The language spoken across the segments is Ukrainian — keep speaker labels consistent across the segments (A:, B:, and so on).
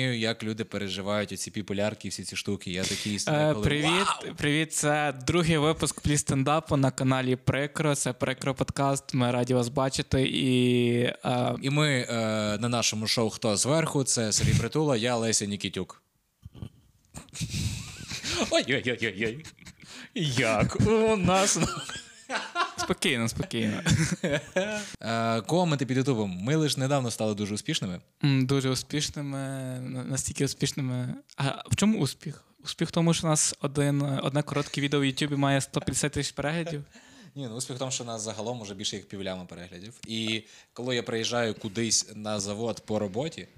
A: розумію, як люди переживають оці популярки, всі ці штуки. Я такий
B: Е,
A: коли,
B: Привіт,
A: «Вау!»
B: привіт. Це другий випуск плістендапу на каналі Прикро. Це Прикро подкаст. Ми раді вас бачити. І е,
A: І ми е, на нашому шоу Хто зверху? Це Сергій Притула, я Леся Нікітюк. Ой-ой-ой-ой. Як у нас.
B: спокійно, спокійно.
A: Е, коменти під Ютубом. Ми лише недавно стали дуже успішними.
B: М, Дуже успішними, на- настільки успішними. А в чому успіх? Успіх в тому, що у нас один, одне коротке відео в Ютубі має 150 тисяч переглядів.
A: Ні, ну успіх в тому, що нас загалом уже більше як півляма переглядів. І коли я приїжджаю кудись на завод по роботі,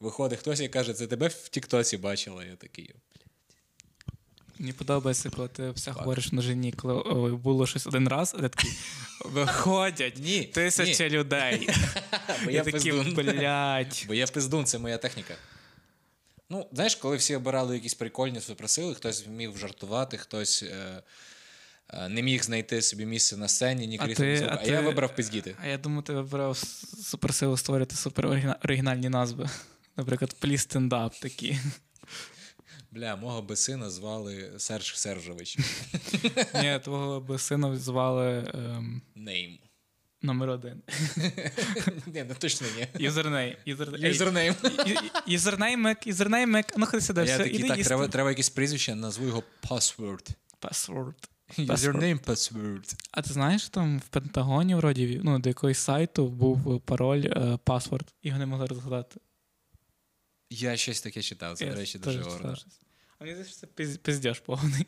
A: виходить хтось і каже, це тебе в Тіктосі бачила. Я такий.
B: Мені подобається, коли ти все говориш в множині, коли о, було щось один раз, а ти такий виходять
A: Ні,
B: тисяча людей.
A: Бо
B: Я
A: я
B: такий,
A: пиздун.
B: блядь.
A: Бо я пиздун, це моя техніка. Ну, знаєш, коли всі обирали якісь прикольні суперсили, хтось вмів жартувати, хтось е, е, не міг знайти собі місце на сцені, ні
B: А
A: крісло, ні
B: ти-
A: стула.
B: а
A: А я
B: ти-
A: вибрав пиздіти.
B: А я думаю, ти вибрав с- суперсилу створювати супероригінальні назви. Наприклад, пліс стендап такі.
A: Бля, мого би сина звали Серж Сержович.
B: Ні, твого би сина звали ем,
A: Нейм.
B: номер один.
A: Ні, ну точно ні.
B: Юзернейм. Юзернейм.
A: Юзернейм.
B: Юзернеймик, юзернеймик. Ну, ходи сюди,
A: Я
B: все,
A: такий,
B: іди
A: так,
B: їсти.
A: треба, треба якесь прізвище, назву його Password.
B: Password.
A: Юзернейм Password.
B: А ти знаєш, там в Пентагоні, вроді, ну, до якогось сайту був пароль, е, паспорт. Його не могли розгадати.
A: Я щось таке читав, це,
B: Я
A: до речі,
B: теж
A: дуже гордо.
B: читав щось. А мені здається, що це піз- пиздєж повний.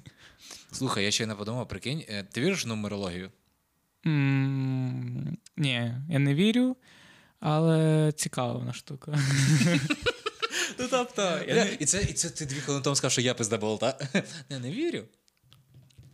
A: Слухай, я ще не подумав, прикинь, е, ти віриш в нумерологію?
B: М, Ні, я не вірю, але цікава вона штука. Ну, тобто,
A: Бля, І це, і це ти дві хвилини тому сказав, що я пизда болта. Не, не вірю.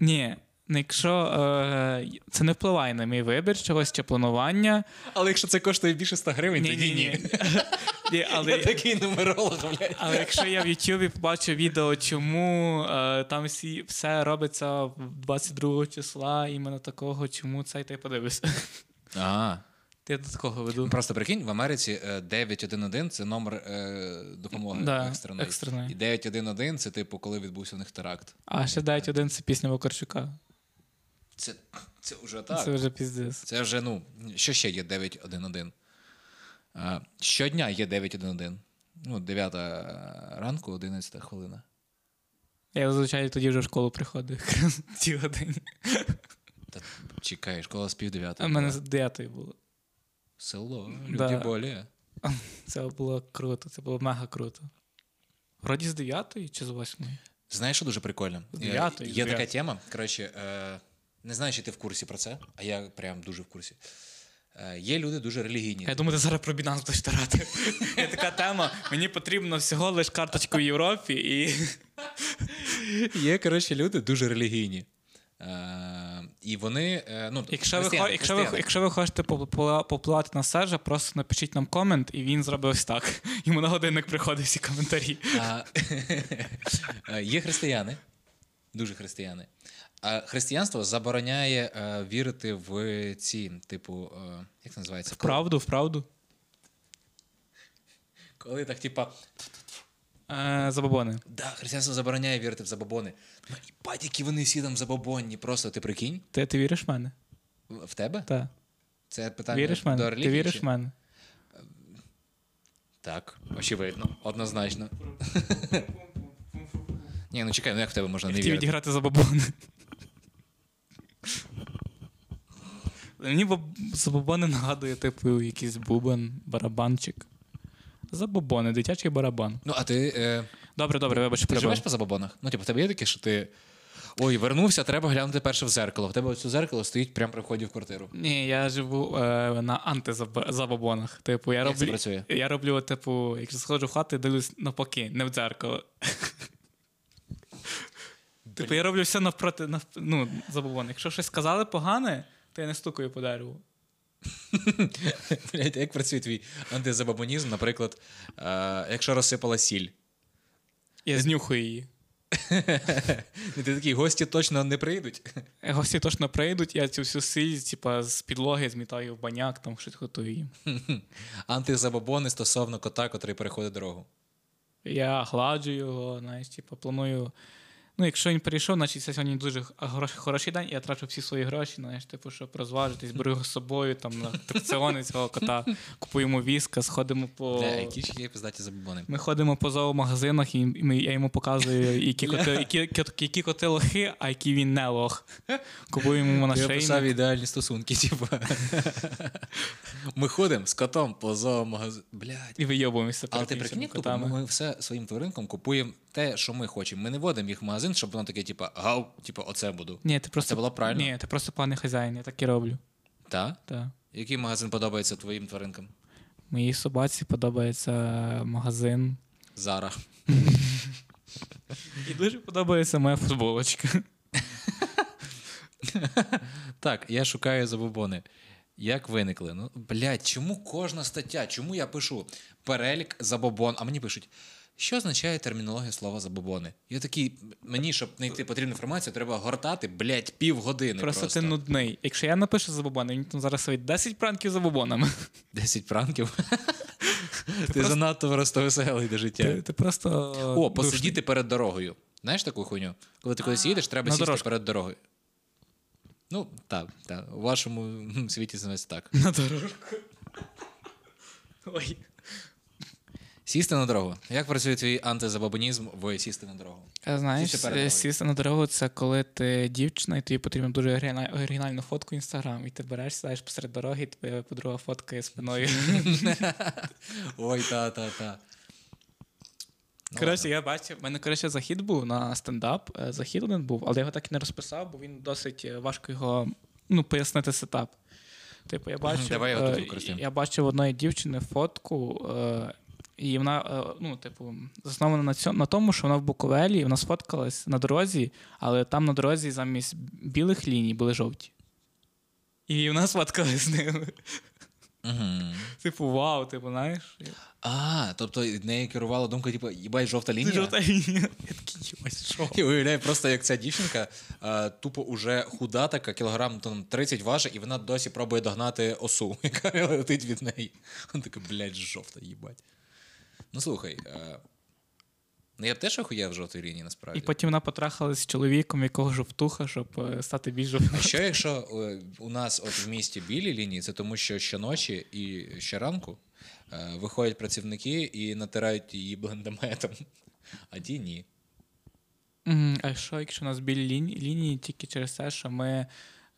B: Ні. ну, Якщо е, це не впливає на мій вибір чогось чи планування.
A: Але якщо це коштує більше 100 гривень, тоді ні.
B: Ні,
A: Я
B: але,
A: такий нумеролог, блядь.
B: але якщо я в Ютубі побачу відео, чому е, там всі, все робиться в 22 числа, іменно такого, чому це, то я подивлюся.
A: А, ну,
B: Я до такого веду.
A: просто прикинь, в Америці е, 911 це номер е, допомоги
B: Да,
A: екстреної.
B: екстреної.
A: І 911 це типу, коли відбувся у них теракт.
B: А ще дають один це пісня Вакарчука.
A: Це, це вже так.
B: Це вже піздець.
A: Це вже, ну, що ще є 911? А, щодня є 911. Ну, 9 ранку, 11 хвилина.
B: Я зазвичай тоді вже в школу приходив якраз в ці години.
A: Та чекай, школа з пів
B: У мене з дев'ятої було.
A: Село,
B: Да.
A: люди болі.
B: Це було круто, це було мега круто. Вроді з дев'ятої чи з восьмої?
A: Знаєш, що дуже прикольно?
B: З
A: Е,
B: дев'ятої, з
A: Є така
B: дев'ятої.
A: тема. Коротше, е, не знаю, чи ти в курсі про це, а я прям дуже в курсі. Е, Є люди дуже релігійні.
B: Я думаю, ти зараз про Binance будеш тарати. Є така тема. Мені потрібно всього лише карточку в Європі і.
A: Є, коротше, люди дуже релігійні. Е, І вони. е, Ну,
B: Якщо ви,
A: християни,
B: хо- якщо, ви,
A: християни.
B: якщо ви хочете попла- поплати на Сержа, просто напишіть нам комент, і він зробив ось так. Йому на годинник приходить всі коментарі.
A: А, е, Є християни, дуже християни. А християнство забороняє е, вірити в ці, типу, е, як це називається?
B: Правду, вправду.
A: Коли так, типа,
B: Е, забобони.
A: да, християнство забороняє вірити в забобони. Ну і батьки вони всі там забобонні, просто ти прикинь
B: Ти, ти віриш в мене?
A: в в тебе?
B: Так.
A: Це питання
B: Віриш в
A: до
B: мене?
A: релігії?
B: Ти віриш
A: чи-
B: в мене?
A: Так, очевидно, однозначно. Ні, ну чекай, ну як в тебе можна не
B: Хотів
A: вірити?
B: відіграти за бабони. Мені баб... забобони нагадує, типу, якийсь бубен, барабанчик. Забобони, дитячий барабан.
A: Ну, а ти. Е...
B: Добре, добре, вибач,
A: Ти
B: перебив.
A: живеш по забобонах? Ну, типу, в тебе є таке, що ти. Ой, вернувся, треба глянути перше в зеркало. В тебе оце зеркало стоїть прямо при вході в квартиру.
B: Ні, я живу е, на антизабобонах. Типу, я
A: Як це
B: роблю.
A: працює?
B: Я роблю, типу, якщо сходжу в хату, дивлюсь навпаки, не в дзеркало. Типу, я роблю все навпроти нав... ну, забобони. Якщо щось сказали погане, то я не стукаю по дереву.
A: Блядь, а як працює твій антизабобонізм, наприклад, е, якщо розсипала сіль.
B: Я знюхаю її.
A: І ти такий, гості точно не прийдуть.
B: Е, Гості точно прийдуть, я цю всю силь, типа, з підлоги змітаю в баняк, там щось готую їм.
A: Антизабобони стосовно кота, котрий переходить дорогу.
B: Я гладжу його, знаєш, типу, планую. Ну, якщо він перейшов, значить це сьогодні дуже х- грош- хороший день, я трачу всі свої гроші, знаєш, типу, щоб розважитись, беру його з собою, там на атракціони цього кота, купуємо віска, сходимо по.
A: Бля, які ж є пиздаті забобони.
B: Ми ходимо по зоомагазинах, і ми, я йому показую, які коти, які, кот- які коти лохи, а які він не лох. Купуємо йому на
A: Я писав
B: шейні.
A: ідеальні стосунки, типу. Ми ходимо з котом по зоомагазину. Блядь.
B: І вийобуємося
A: Але
B: перед
A: ти прикинь,
B: іншими
A: як тупо,
B: котами.
A: ми все своїм тваринкам купуємо те, що ми хочемо. Ми не водимо їх в магазин, щоб воно таке, типу, гав, типу, оце буду.
B: Ні, ти просто
A: Це було правильно?
B: Ні, ти просто поганий хазяїн, я так і роблю.
A: Та?
B: Так.
A: Який магазин подобається твоїм тваринкам?
B: Моїй собаці подобається магазин.
A: Зара.
B: І дуже подобається моя футболочка.
A: Так, я шукаю забобони. Як виникли? Ну, блядь, чому кожна стаття? Чому я пишу перелік забобон, а мені пишуть, що означає термінологія слова забобони? Я такий, мені, щоб знайти потрібну інформацію, треба гортати, блядь, півгодини.
B: Просто,
A: Просто,
B: ти ну- нудний. Якщо я напишу за бобони, він там зараз свої 10 пранків за бобонами.
A: 10 пранків. ти занадто просто веселий до життя.
B: Ти, ти просто.
A: О,
B: душний.
A: посидіти перед дорогою. Знаєш таку хуйню? Коли ти кудись їдеш, треба
B: на
A: сісти
B: дорожку.
A: перед дорогою. Ну, так, так. У вашому м, світі це називається так.
B: на дорожку. Ой.
A: Сісти на дорогу. Як працює твій антизабабонізм в сісти на дорогу?
B: А Е, Знаєш,
A: Сісти перед дорогою.
B: сісти, на дорогу це коли ти дівчина, і тобі потрібно дуже оригіна- оригінальну фотку в інстаграм. І ти береш, сідаєш посеред дороги, і твоя подруга фоткає спиною.
A: Ой, та, та, та. Ну,
B: Коротше, я бачив, в мене коротше, захід був на стендап. е, Захід один був, але я його так і не розписав, бо він досить е, важко його ну, пояснити сетап. Типу, я бачив,
A: Давай я його
B: е,
A: тут використаю.
B: я бачив одної дівчини фотку, е, і вона, е, ну, типу, заснована на, цьому, на тому, що вона в Буковелі, і вона сфоткалась на дорозі, але там на дорозі замість білих ліній були жовті. І вона сфоткалась з ними.
A: Мгм.
B: Типу, вау, типу, знаєш?
A: А, тобто нею керувала думка, типу, їбать, жовта лінія.
B: Жовта лінія. Я такий, ось що.
A: Я уявляю просто, як ця дівчинка е, тупо уже худа така, кілограм там, 30 важить, і вона досі пробує догнати осу, яка летить від неї. Вона така, блядь, жовта, їбать. Ну слухай, е, ну я б теж охуяв жовтої лінії насправді.
B: І потім вона потрахалась з чоловіком, якого жовтуха, щоб е, стати більш жовтим.
A: А Ну, що якщо е, у нас от в місті білі лінії, це тому, що щоночі і щоранку е, виходять працівники і натирають її блендометом, а ті ні.
B: Мгм. А що, якщо у нас білі лінії, лінії тільки через те, що ми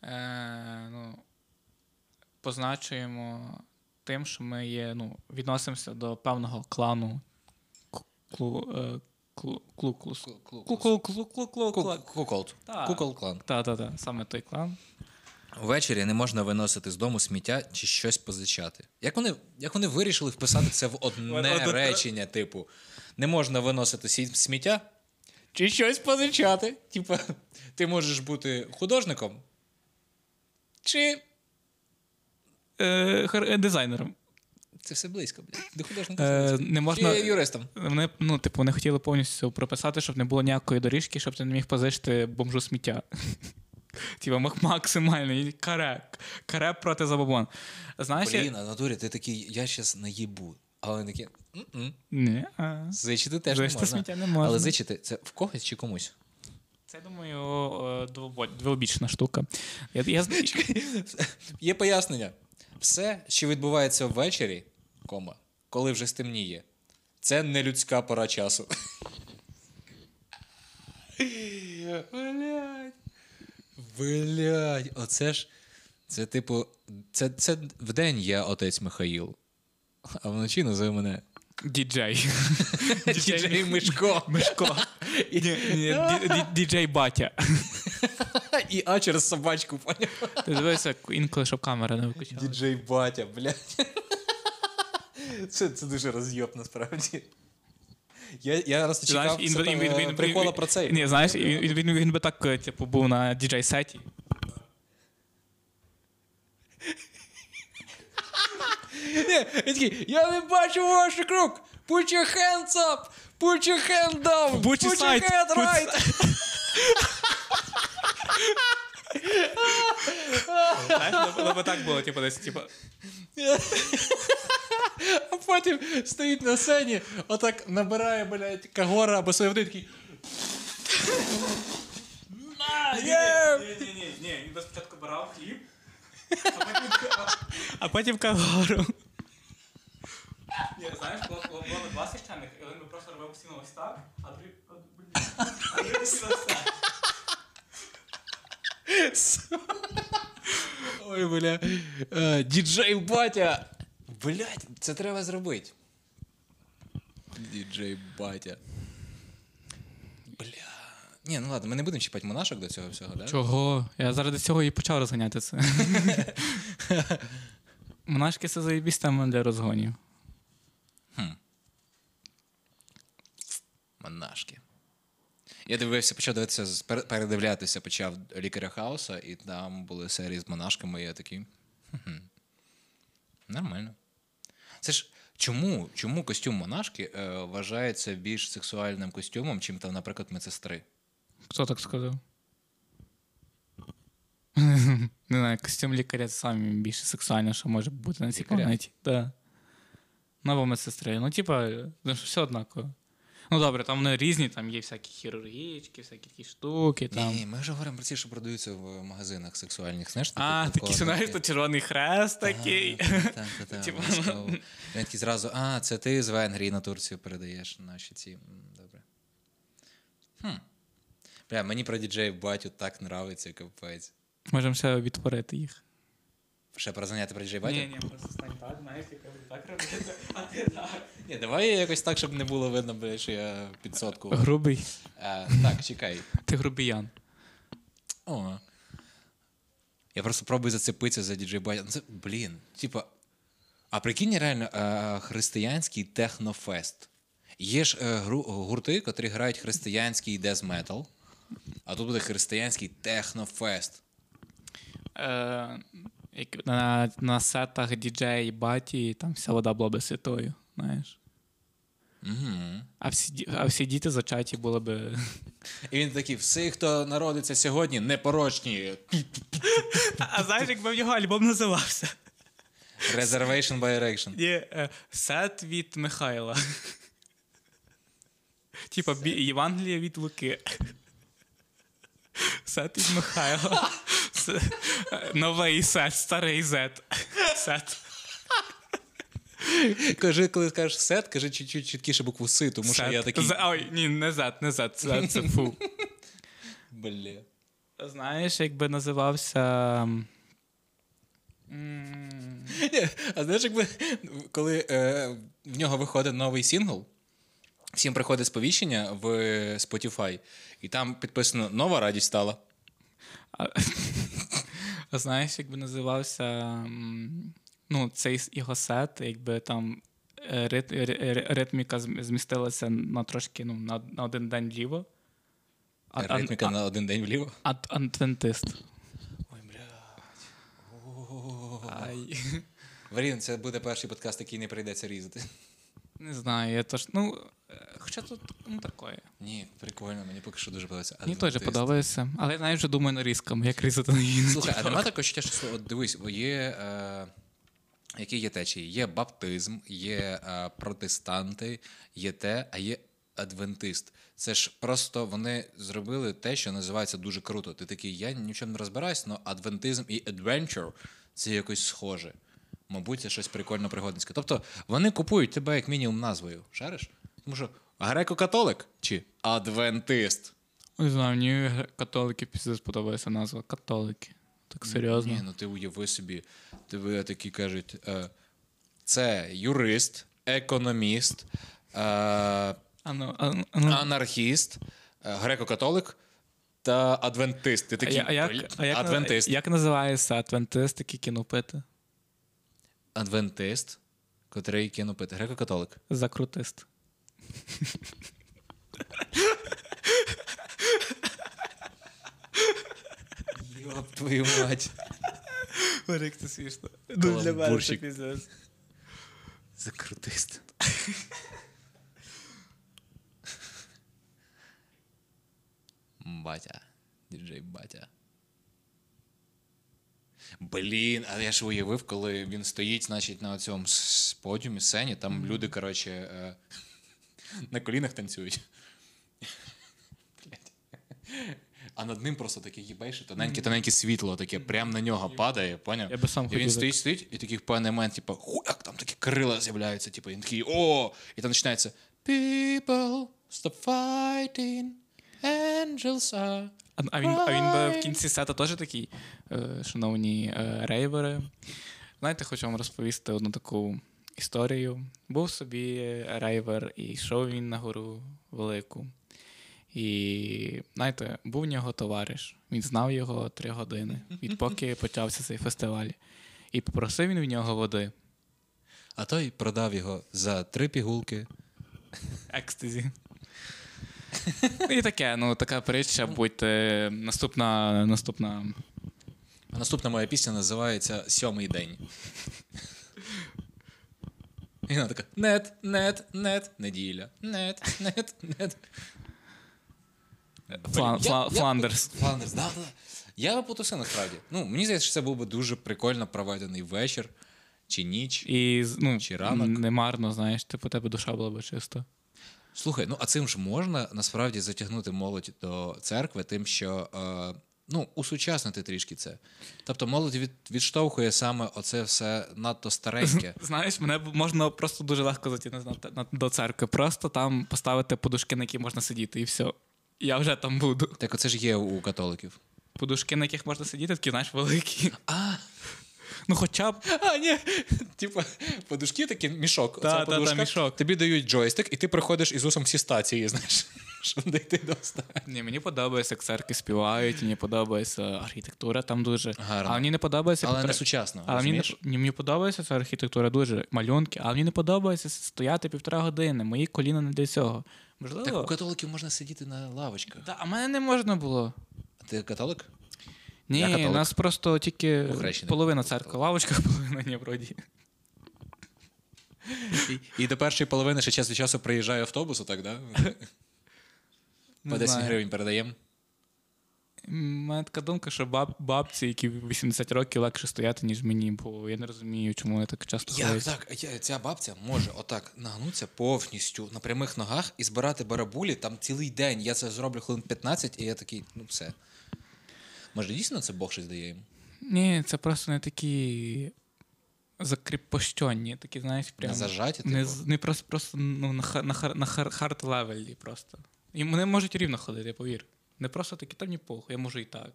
B: е, ну, позначуємо тим, що ми є, ну, відносимося до певного клану к- клу, е, клу, клу, клу, клу, клу, клу, клу, клу, клу.
A: Куколт.
B: Так.
A: Кукол клан.
B: Та-та-та, саме той клан.
A: Ввечері не можна виносити з дому сміття чи щось позичати. Як вони, як вони вирішили вписати це в
B: Воно
A: одне
B: тут-
A: речення, типу, не можна виносити сі- сміття чи щось позичати. Типу, ти можеш бути художником чи
B: Е, хар- е, дизайнером.
A: Це все близько, блядь. До художника. це
B: Е,
A: близько.
B: не можна...
A: Чи юристом.
B: Вони, ну, типу, вони хотіли повністю прописати, щоб не було ніякої доріжки, щоб ти не міг позичити бомжу сміття. Типа мак- максимально і каре. Каре проти забобон. Знаєш, я-
A: Блін, а в натурі ти такий, я щас наїбу. Але вони такі, «М-м».
B: Ні, а.
A: зичити теж
B: Зичити
A: не можна.
B: сміття не можна.
A: Але зичити це в когось чи комусь?
B: Це, думаю, е, двобо- двобічна штука. Я, я... з-
A: Є пояснення. Все, що відбувається ввечері, кома, коли вже стемніє, це не людська пора часу. Блять. Блять. Оце ж. Це типу. Це, це вдень я отець Михаїл. А вночі називай мене
B: Діджей.
A: Діджей Мишко
B: Мишко. Ні, ні, ді- ді- Діджей Батя.
A: і А через собачку, поняв?
B: Ти дивишся інколи, щоб камера не виключала.
A: Діджей батя, блядь. Це, це дуже роз'єб насправді. Я, я просто чекав
B: Знаєш,
A: це,
B: він-
A: там,
B: він-
A: е,
B: він- він-
A: прикола
B: він-
A: про цей.
B: Ні, знаєш, він, він, він, він би так, е, типу, був на діджей-сеті.
A: Ні, він такий, я не бачу ваших рук! Put your hands up! Put your hand down!
B: Put your side!
A: hand
B: Put-
A: right!
B: Знаєш, воно- воно би так було, типу, десь, типу,
A: А потім стоїть на сцені, отак набирає, блядь, кагора або своєвний такий. На, є!
C: Ні-ні-ні, ні, він спочатку брав хліб,
B: А потім кагору.
C: Ні, знаєш, було, було, було два священника, і один би просто робив всім ось так, а другий... а, блін, А другий всім ось так.
A: Ой, бля. Е, Діджей батя. Блядь, це треба зробити. Діджей батя. Бля. Ні, ну ладно, ми не будемо чіпати монашок до цього всього, да?
B: Чого? Я заради цього і почав розганяти це. Монашки це заєбісь тема для розгонів.
A: Монашки. Я дивився, почав дивитися, з- пер- передивлятися, почав лікаря Хауса, і там були серії з монашками, і я такий. «Хм-хм. Нормально. Це ж чому, чому костюм монашки е, вважається більш сексуальним костюмом, чим там, наприклад, медсестри?
B: Хто так сказав? Не знаю, костюм лікаря це саме більше сексуальне, що може бути на цій
A: Лікаря?
B: планеті. Да. Ну, або медсестри. Ну, типа, ну, що все однаково. Ну добре, там вони різні, там є всякі хірургічки, всякі такі штуки. Там.
A: Ні, ми вже говоримо про ті, що продаються в магазинах сексуальних. Знаєш,
B: А,
A: типу,
B: такі, що знаєш, то
A: короткі.
B: червоний хрест такий.
A: Так, так, так.
B: Типу,
A: обов'язково. Він такий зразу, а, це ти з Венгрії на Турцію передаєш наші ці. М, Добре. Хм. Бля, мені про діджеїв батю так нравиться, капець.
B: Можемо ще відтворити їх.
A: Ще про заняття про діджей батю?
B: ні, просто стань так, знаєш, як так робити.
A: Ні, давай якось так, щоб не було видно, бля, що я підсотку.
B: Грубий.
A: Е, так, чекай.
B: Ти грубіян.
A: О. Я просто пробую зацепитися за діджей батю. Ну, це, блін, типа. А прикинь, реально, е, християнський технофест. Є ж е, гру- гурти, котрі грають християнський дезметал, а тут буде християнський технофест.
B: Е, як на, на сетах діджей баті, там вся вода була би святою, знаєш.
A: Угу.
B: А всі, ді- а всі діти зачаті були би.
A: І він такий: всі, хто народиться сьогодні, непорочні.
B: А знаєш, якби в нього альбом називався?
A: Reservation by Erection.
B: Є сет від Михайла. Типа бі- Євангелія від Луки. Сет від Михайла. С- е, Новий сет, старий зет. Сет.
A: Кажи, коли скажеш сет, кажи чуть-чуть чіткіше букву си, тому що
B: Сет.
A: я такий.
B: З- Ой, ні, не зет, не зет, це, це фу.
A: Бля.
B: Знаєш, якби називався.
A: Ні, А знаєш, якби коли е, в нього виходить новий сингл, всім приходить сповіщення в Spotify, і там підписано Нова радість стала.
B: А знаєш, якби називався м, ну, цей с- його сет, якби там е, рит, ри- ри- ритміка зм- змістилася на трошки ну, на, на один день ліво. А, а,
A: Ритміка
B: а,
A: на один день вліво.
B: ат- адвентист.
A: Ой, блядь.
B: Ай.
A: Варін, це буде перший подкаст, який не прийдеться різати.
B: Не знаю, я тож. Ну, е, хоча тут ну, такое.
A: Ні, прикольно, мені поки що дуже подобається.
B: Мені теж
A: Адвентист.
B: подобається. Але я навіть вже думаю нарізками, як різати на її.
A: Слухай, а нема такого чуття, що слово- от дивись, бо є. Е... Які є течії? Є баптизм, є е, протестанти, є те, а є адвентист. Це ж просто вони зробили те, що називається дуже круто. Ти такий, я ні в чому не розбираюсь, але адвентизм і adventure – це якось схоже. Мабуть, це щось прикольно пригодницьке. Тобто вони купують тебе як мінімум назвою. Шариш? Тому що греко-католик чи адвентист.
B: Не знаю, мені католики пізде сподобається назва. Католики. Так серйозно.
A: Ні, ну ти уяви собі, тебе такі кажуть. Е, це юрист, економіст, е,
B: А ну, а, ну- а, ну,
A: анархіст, е, греко-католик та адвентист. Ти
B: а,
A: такий
B: я- а як, а як,
A: адвентист.
B: Як називається адвентист, який кінопити?
A: Адвентист, котрий кинув пити. Греко-католик.
B: Закрутист.
A: Йоп, твою мать.
B: Рик, це смішно.
A: Ну, для мене це
B: бізнес.
A: Закрутист. Батя. Діджей батя. Блін, але я ж уявив, коли він стоїть, значить, на цьому подіумі, сцені, там люди, коротше, е, на колінах танцюють. Блядь. А над ним просто таке їбейше, тоненьке, тоненьке світло, таке прям на нього падає, поняв?
B: Я би сам
A: і
B: хотів
A: він
B: так.
A: стоїть, стоїть, і такий в певний момент, типу, хуяк, там такі крила з'являються, типу, і він такий о! І там починається People, stop fighting, angels are.
B: А, а, він, а він би в кінці сета теж такий, е, шановні е, рейвери. Знаєте, хочу вам розповісти одну таку історію. Був собі рейвер, і йшов він на гору велику. І знаєте, був в нього товариш. Він знав його три години, відпоки почався цей фестиваль. І попросив він в нього води.
A: А той продав його за три пігулки.
B: Екстазі. І таке, ну така притча, будьте наступна, наступна
A: А наступна моя пісня називається Сьомий день. І вона така: нет, нет, нет, неділя, нет, нет, нет. Е,
B: Флан-
A: Я-
B: Фла-
A: я-
B: Фландерс.
A: Фландерс, да, да. Я потусив насправді. Ну, мені здається, що це був би дуже прикольно проведений вечір чи ніч.
B: І з- ну,
A: Чи ранок.
B: немарно, знаєш, типу тебе душа була би чиста.
A: Слухай, ну а цим ж можна насправді затягнути молодь до церкви, тим, що е, ну, усучаснити трішки це. Тобто молодь від, відштовхує саме оце все надто стареньке.
B: Знаєш, мене б- можна просто дуже легко затягнути на, на- до церкви. Просто там поставити подушки, на які можна сидіти, і все. Я вже там буду.
A: Так оце ж є у католиків.
B: Подушки, на яких можна сидіти, такі, знаєш, великі.
A: А,
B: Ну, хоча б.
A: а ні. Типа, подушки такі, мішок.
B: Та, та, та, мішок.
A: Тобі дають джойстик, і ти приходиш Ісусом всі стації, знаєш, щоб дійти до останнього.
B: Ні, мені подобається, як церкви співають, мені подобається архітектура там дуже.
A: Гарно.
B: Але мені не подобається.
A: Але
B: потра-
A: не сучасно.
B: Але мені, не
A: розумієш?
B: по- ні, мені подобається ця архітектура дуже малюнки, але мені не подобається стояти півтора години. Мої коліна не для цього. Можливо,
A: Так у католиків можна сидіти на лавочках.
B: Та, а мене не можна було.
A: А ти католик? Я
B: Ні,
A: католик.
B: у нас просто тільки
A: Охрещений.
B: половина церкви, лавочка, половина ні, вроді.
A: І до першої половини ще час від часу приїжджає автобус, отак, да? По 10
B: знаю.
A: гривень передаємо.
B: М, У мене така думка, що баб, бабці, які 80 років легше стояти, ніж мені, бо я не розумію, чому я так часто
A: Як
B: ходять.
A: так? Я- Ця бабця може отак нагнутися повністю на прямих ногах і збирати барабулі там цілий день. Я це зроблю хвилин 15, і я такий, ну все. Може, дійсно це Бог щось дає їм?
B: Ні, це просто не такі закріпощені, такі, знаєш, прям.
A: Не зажаті, типу.
B: не, з- не просто, просто ну, на, ха- на, ха- на хар- хард левелі просто. І вони можуть рівно ходити, повір. Не просто такі, там ні похуй, я можу і так.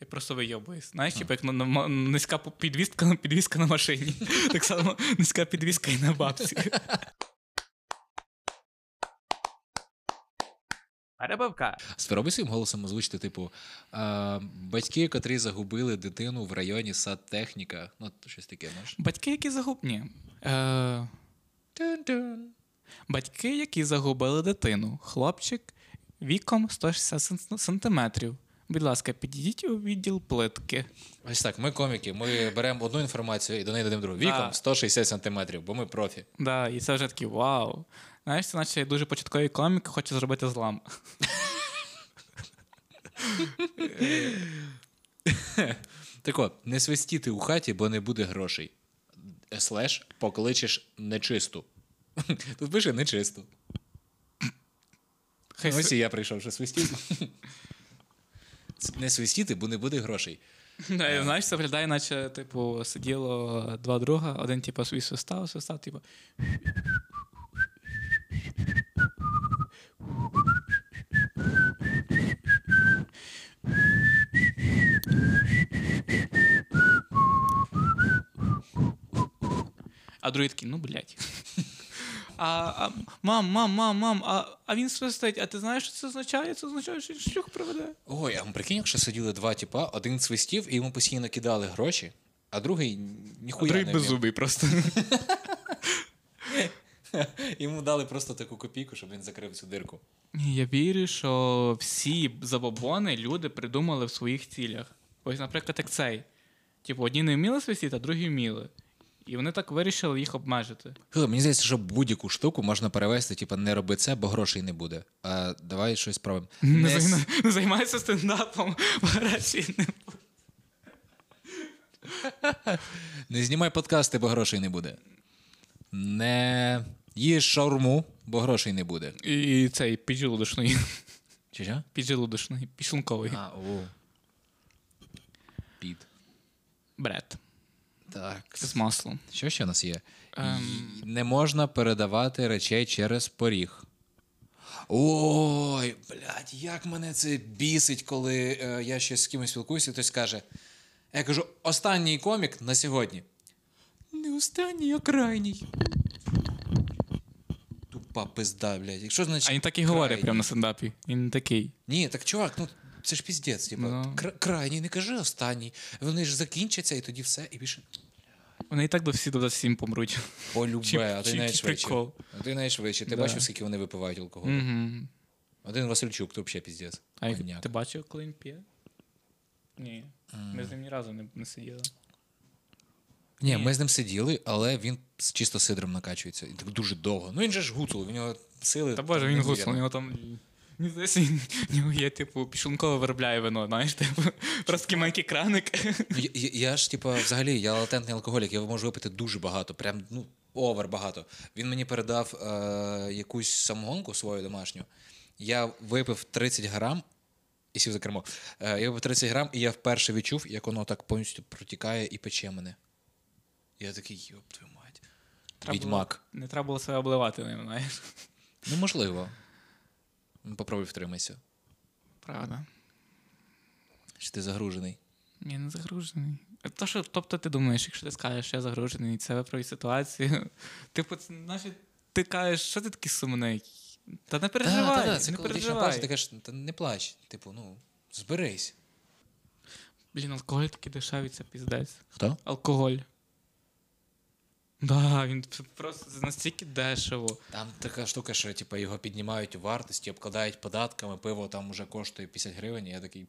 B: Я просто вийобуюсь. Знаєш, типу, як на, на, ма- низька по- підвіска, підвіска на машині. Так само низька підвіска і на бабці.
C: Перебавка.
A: Спробуй своїм голосом озвучити, типу, е, батьки, котрі загубили дитину в районі садтехніка. Ну, от щось таке, може.
B: Батьки, які загубні. Е,
A: Тун-тун.
B: Батьки, які загубили дитину, хлопчик віком 160 сен- сантиметрів. Будь ласка, підійдіть у відділ плитки.
A: Ось так, ми коміки, ми беремо одну інформацію і до неї додаємо другу. Віком
B: Да.
A: 160 сантиметрів, бо ми профі.
B: Да, і це вже такий вау. Знаєш, це наче дуже початковий комік хоче зробити злам.
A: Так от, не свистіти у хаті, бо не буде грошей. Слеш покличеш нечисту. Тут пише нечисту.
B: Хай
A: Ось
B: сви-
A: і я прийшов, що свистів. Це Не свистіти, бо не буде грошей.
B: Да, і, знаєш, це виглядає, наче, типу, сиділо два друга, один, типу, свій свистав, свистав, типу. А другий такий, ну блядь. А, а, мам, мам, мам, мам, а, а він свистить, а ти знаєш, що це означає? Це означає, що він шлюх приведе.
A: Ой, а прикинь, якщо сиділи два тіпа, один свистів, і йому постійно кидали гроші, а другий ніхуя не вмів.
B: просто.
A: Йому дали просто таку копійку, щоб він закрив цю дирку.
B: Ні, я вірю, що всі забобони люди придумали в своїх цілях. Ось, наприклад, як цей. Типу, одні не вміли свистіти, а другі вміли. І вони так вирішили їх обмежити.
A: Слухай, мені здається, що будь-яку штуку можна перевести, типу, не роби це, бо грошей не буде. А, давай щось спробуємо.
B: Не,
A: с-
B: займа... не займайся стендапом, гарячий не
A: Не знімай подкасти, бо грошей не буде. Не їж шаурму, бо грошей не буде.
B: І цей піджелудочний.
A: Чи що?
B: Піджелудочний, підшлунковий.
A: А, о. Під.
B: Бред.
A: Так.
B: З маслом.
A: Що ще у нас є?
B: Ем.
A: Й- Не можна передавати речей через поріг. Ой, блядь, як мене це бісить, коли е, я ще з кимось спілкуюся, і хтось каже. а Я кажу, останній комік на сьогодні. Не останній, а крайній. Тупа пизда, блядь. Що значить?
B: А він так і говорить
A: крайній?
B: прямо на стендапі. Він такий.
A: Ні, так чувак, ну це ж піздець, типу.
B: Ну.
A: кра- крайній, не кажи останній. Вони ж закінчаться і тоді все, і більше.
B: Вони і так до всі до всім помруть.
A: Полюбе,
B: Чи-
A: а ти
B: чи-
A: найшвидше.
B: прикол.
A: А ти найшвидше. Ти
B: Да.
A: бачив, скільки вони випивають алкоголю?
B: Мгм.
A: Один Васильчук, то взагалі піздець.
B: А як,
A: Маньяк.
B: ти бачив, коли він п'є? Ні. Ми з ним ні разу не, не сиділи.
A: Ні, ми з ним сиділи, але він з- чисто сидром накачується. І так дуже довго. Ну він же ж гуцул, в нього сили.
B: Та боже,
A: там
B: він
A: нереально.
B: гусло, у нього там. Ні, здається, він- в нього є, типу, пішлункове виробляє вино, знаєш, типу, просто такий маленький краник.
A: Ну, я, я, я ж, типа, взагалі, я латентний алкоголік, я можу випити дуже багато, прям ну, овер багато. Він мені передав е, якусь самогонку свою домашню. Я випив 30 грам і сів за кермо. Е, я випив 30 грам, і я вперше відчув, як воно так повністю протікає і пече мене. Я такий, йоп твою мать.
B: Треба
A: Відьмак.
B: Не треба було себе обливати ним, знаєш.
A: Неможливо. Ну, Попробуй втримайся.
B: Правда.
A: Чи ти загружений?
B: Я не загружений. То, що, тобто ти думаєш, якщо ти скажеш, що я загружений, це виправить ситуацію. Типу, це, значить, ти кажеш, що ти такий сумний? Та не переживай,
A: Та, та, та, це
B: не
A: коли ти
B: переживай.
A: плачеш, ти кажеш, та не плач. Типу, ну, зберись.
B: Блін, алкоголь такий дешевий, це піздець.
A: Хто?
B: Алкоголь. Да, він просто настільки дешево.
A: Там така штука, що типу, його піднімають у вартості, обкладають податками, пиво там уже коштує 50 гривень, і я такий.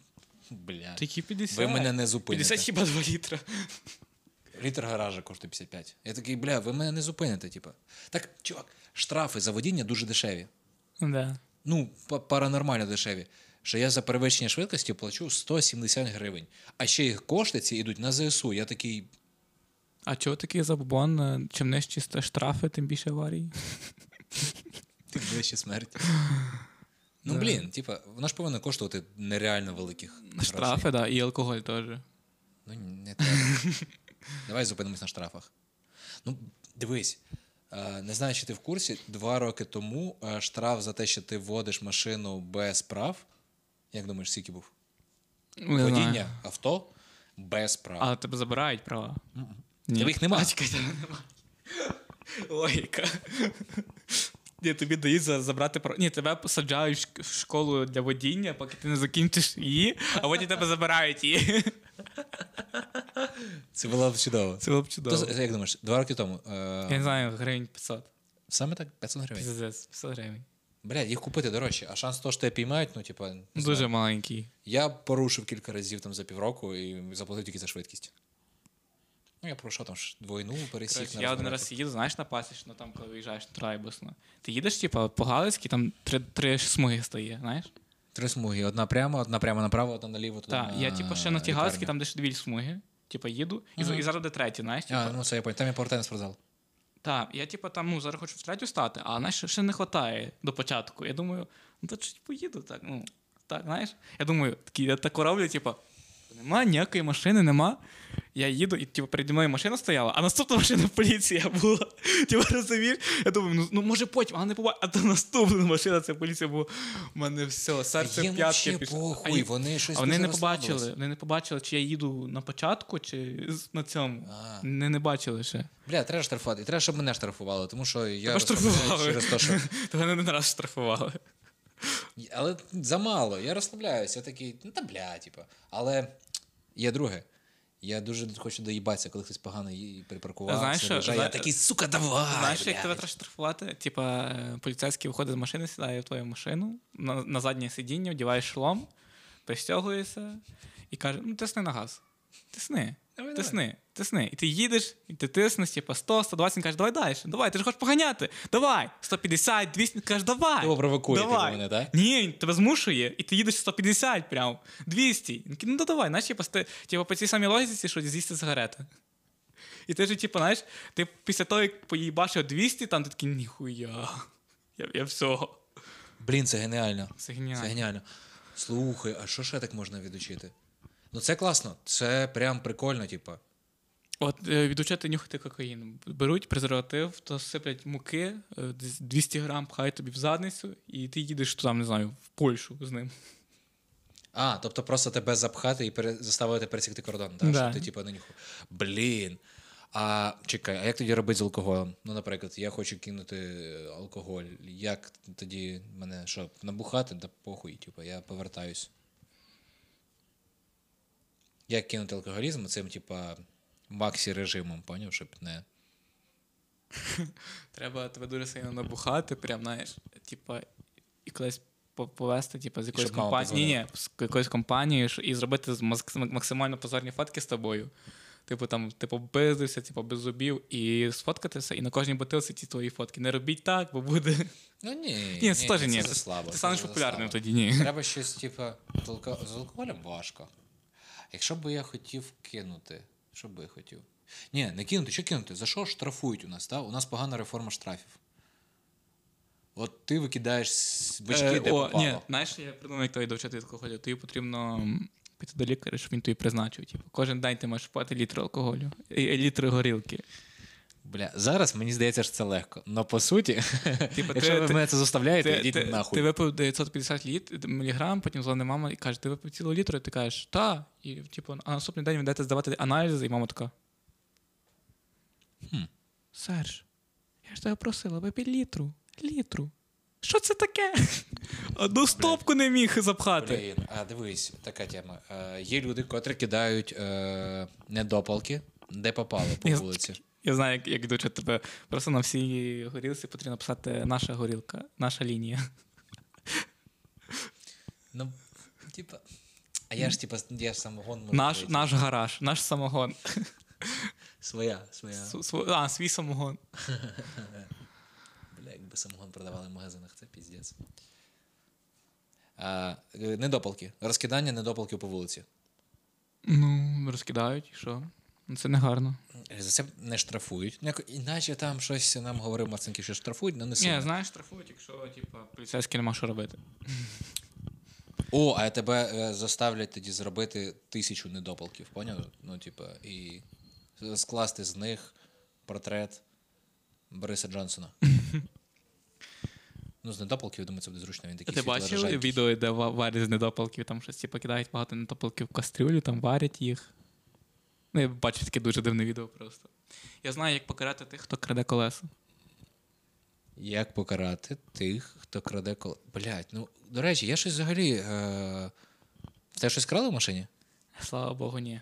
A: Бля.
B: Тільки 50.
A: Ви мене не зупините.
B: 50 хіба 2 літра.
A: Літр гаража коштує 55. Я такий, бля, ви мене не зупините, типу. Так, чувак, штрафи за водіння дуже дешеві.
B: Да.
A: Ну, па- паранормально дешеві. Що я за перевищення швидкості плачу 170 гривень. А ще їх кошти ці йдуть на ЗСУ. Я такий.
B: А чого такий забобон? Е, Чим нижчі ст- штрафи, тим більше аварій.
A: Ти ближче смерть. Ну,
B: Да.
A: блін, типа, воно ж повинно коштувати нереально великих грошей.
B: Штрафи, да, і алкоголь теж.
A: Ну, не треба. Давай зупинимось на штрафах. Ну, дивись, е, не знаю, чи ти в курсі, два роки тому е, штраф за те, що ти водиш машину без прав. Як думаєш, скільки був?
B: Не знаю.
A: Водіння авто без прав.
B: Але тебе забирають права.
A: Тебе їх нема.
B: А, чекай, тебе нема. Логіка. Ні, тобі дають за- забрати права. Ні, тебе посаджають в шк- в школу для водіння, поки ти не закінчиш її, а потім тебе забирають її.
A: Це було б чудово.
B: Це було б
A: То,
B: чудово.
A: з- як думаєш, два роки тому.
B: Я
A: Е,
B: не знаю, гривень 500.
A: саме так 500 гривень.
B: Піздець, 500 гривень.
A: Блядь, їх купити дорожче, а шанс того, що тебе піймають, ну, типа. не знаю.
B: Дуже маленький.
A: Я порушив кілька разів там за півроку і заплатив тільки за швидкість. Ну, я пройшов там ж двойну, пересік.
B: Коротше,
A: на
B: я один
A: розворотах.
B: раз їду, знаєш, на пасічну, там, коли виїжджаєш на трайбусно. Ти їдеш, типу, по Галицькій, там три, три смуги стає, знаєш?
A: Три смуги. Одна прямо, одна прямо направо, одна наліво. туди
B: Так,
A: на
B: я, типу, ще на ті
A: лікарню.
B: Галицькій, там де ще дві смуги. Типу, їду, і, за- і зараз де третя, знаєш? Типу.
A: А, ну це я пам'ятаю. Там я повертаю на спортзал.
B: Так, я, типу, там, ну, зараз хочу в третю стати, а, знаєш, ще не вистачає до початку. Я думаю, ну, то чуть поїду так, ну, так, знаєш? Я думаю, такі, я так роблю, типу, нема ніякої машини, нема. Я їду, і типу, переді мною машина стояла, а наступна машина поліція була. Типу, розумієш? Я думаю, ну, ну може потім, а не побачу. А то наступна машина це поліція була. У мене все, серце
A: Їм
B: в п'ятки
A: вообще
B: пішло.
A: похуй,
B: їм-
A: вони щось
B: а вони
A: дуже
B: не побачили,
A: розслабились.
B: вони не побачили, чи я їду на початку, чи з- на цьому.
A: А.
B: Не, не бачили ще.
A: Бля, треба штрафувати. І треба, щоб мене штрафували, тому що я
B: Тебе
A: розслабляюсь
B: штрафували.
A: через те, що.
B: То мене не раз штрафували.
A: Але замало, я розслабляюся, я такий, ну та бля, типу. Але є друге. Я дуже хочу доїбатися, коли хтось погано її припаркував.
B: Знаєш,
A: це
B: що-
A: вражає. Я
B: зна-
A: такий, сука, давай!
B: Знаєш, як
A: блядь».
B: тебе треба штрафувати? Типа е, поліцейський виходить з машини, сідає в твою машину, на, на заднє сидіння, вдіває шолом, пристягується і каже: ну тисни на газ. Тисни.
A: Давай, давай.
B: Тисни, тисни. І ти їдеш, і ти тиснеш, типу 100, 120, він каже, давай далі, давай, ти ж хочеш поганяти. Давай, 150, 200, він каже, давай.
A: Його провокує
B: давай.
A: ти мене, так?
B: Ні, він тебе змушує, і ти їдеш 150 прям, 200. Він каже, Ну то давай, знаєш, типу, сти- типу, по цій самій логіці, що з'їсти сигарети. І ти ж, типу, знаєш, ти після того, як поїбашив 200, там ти такий, ніхуя. Я, я все.
A: Блін, це геніально.
B: Це геніально.
A: Це геніально. Слухай, а що ще так можна відучити? Ну це класно, це прям прикольно, типу. типа.
B: От е, відучати нюхати кокаїн. Беруть презерватив, то сиплять муки, е, десь 200 грам пхають тобі в задницю, і ти їдеш там, не знаю, в Польщу з ним.
A: А, тобто просто тебе запхати і пере... заставити пересікти кордон, так?
B: Да.
A: Щоб ти типу, не нюхав. Блін. А чекай, а як тоді робити з алкоголем? Ну, наприклад, я хочу кинути е, алкоголь. Як тоді мене що, набухати? Да похуй, типу, я повертаюсь. Як кинути алкоголізм цим, типа, максі режимом, поняв, щоб не.
B: Треба тебе дуже сильно набухати, прям, знаєш, типа, і колись по- повести, типа, з якоїсь
A: Щоб мама
B: компанії. Ні, ні, з якоїсь компанії що- і зробити з мас- максимально позорні фотки з тобою. Типу там, типу, пиздився, типу, без зубів, і сфоткатися, і на кожній бутилці ті твої фотки. Не робіть так, бо буде.
A: Ну ні.
B: Ні, це теж ні.
A: Це слабо.
B: Ти станеш
A: це
B: популярним
A: заслабо.
B: тоді, ні.
A: Треба щось, типа, з алко- з алкоголем важко. Якщо би я хотів кинути, що би я хотів? Ні, не кинути, що кинути? За що штрафують у нас? Та? У нас погана реформа штрафів. От ти викидаєш с- бачки,
B: Е,
A: де
B: о,
A: попало.
B: Ні, знаєш, я придумав, як тебе довчити від алкоголю. типу, Тобі потрібно м, піти до лікаря, щоб він тобі призначив. Типу, кожен день ти маєш пити літр алкоголю, і- і літр горілки.
A: Бля, зараз мені здається, що це легко. Но по суті,
B: Типа,
A: якщо
B: Типу, ти-
A: ви
B: ти-
A: мене це заставляєте,
B: Ти,
A: йдіть
B: ти,
A: нахуй.
B: ти випив 950 літ, міліграм, потім дзвонить мама і каже, ти випив цілу літру, і ти кажеш, та. І типу, а наступний день ви йдете здавати аналізи, і мама така.
A: Хм.
B: Серж, я ж тебе просила, випий літру, літру. Що це таке? Одну стопку не міг запхати.
A: Блін, а дивись, така тема. Е, є люди, котрі кидають е, недопалки, де попало по
B: Я-
A: вулиці.
B: Я знаю, як, як йдуть тебе. Просто на всій горілці потрібно написати наша горілка, наша лінія.
A: Ну, типа. А я ж типа, я ж самогон можу
B: Наш,
A: пити.
B: наш гараж, наш самогон.
A: Своя, своя.
B: Су- сво- А, свій самогон.
A: Бля, якби самогон продавали в магазинах, це піздець. А, е, недопалки. Розкидання недопалків по вулиці.
B: Ну, розкидають, і що? Ну, Це не гарно.
A: Е, За це не штрафують. Ну, як- Іначе там щось нам говорив Марцинків, що штрафують, але не
B: Ні,
A: сильно.
B: знаєш, штрафують, якщо типу, поліцейський нема що робити.
A: О, а тебе е, заставлять тоді зробити тисячу недопалків, поняв? Ну, типа, і скласти з них портрет Бориса Джонсона. Ну, з недопалків, я думаю, це буде зручно. Він такий
B: Ти бачив
A: світлороженький.
B: відео, де ва- варять з недопалків, там щось типу, кидають багато недопалків в кастрюлю, там варять їх. Ну, я бачив таке дуже дивне відео просто. Я знаю, як покарати тих, хто краде колеса.
A: Як покарати тих, хто краде коло. Блять, ну до речі, я щось взагалі. Е... В тебе щось крали в машині?
B: Слава Богу, ні.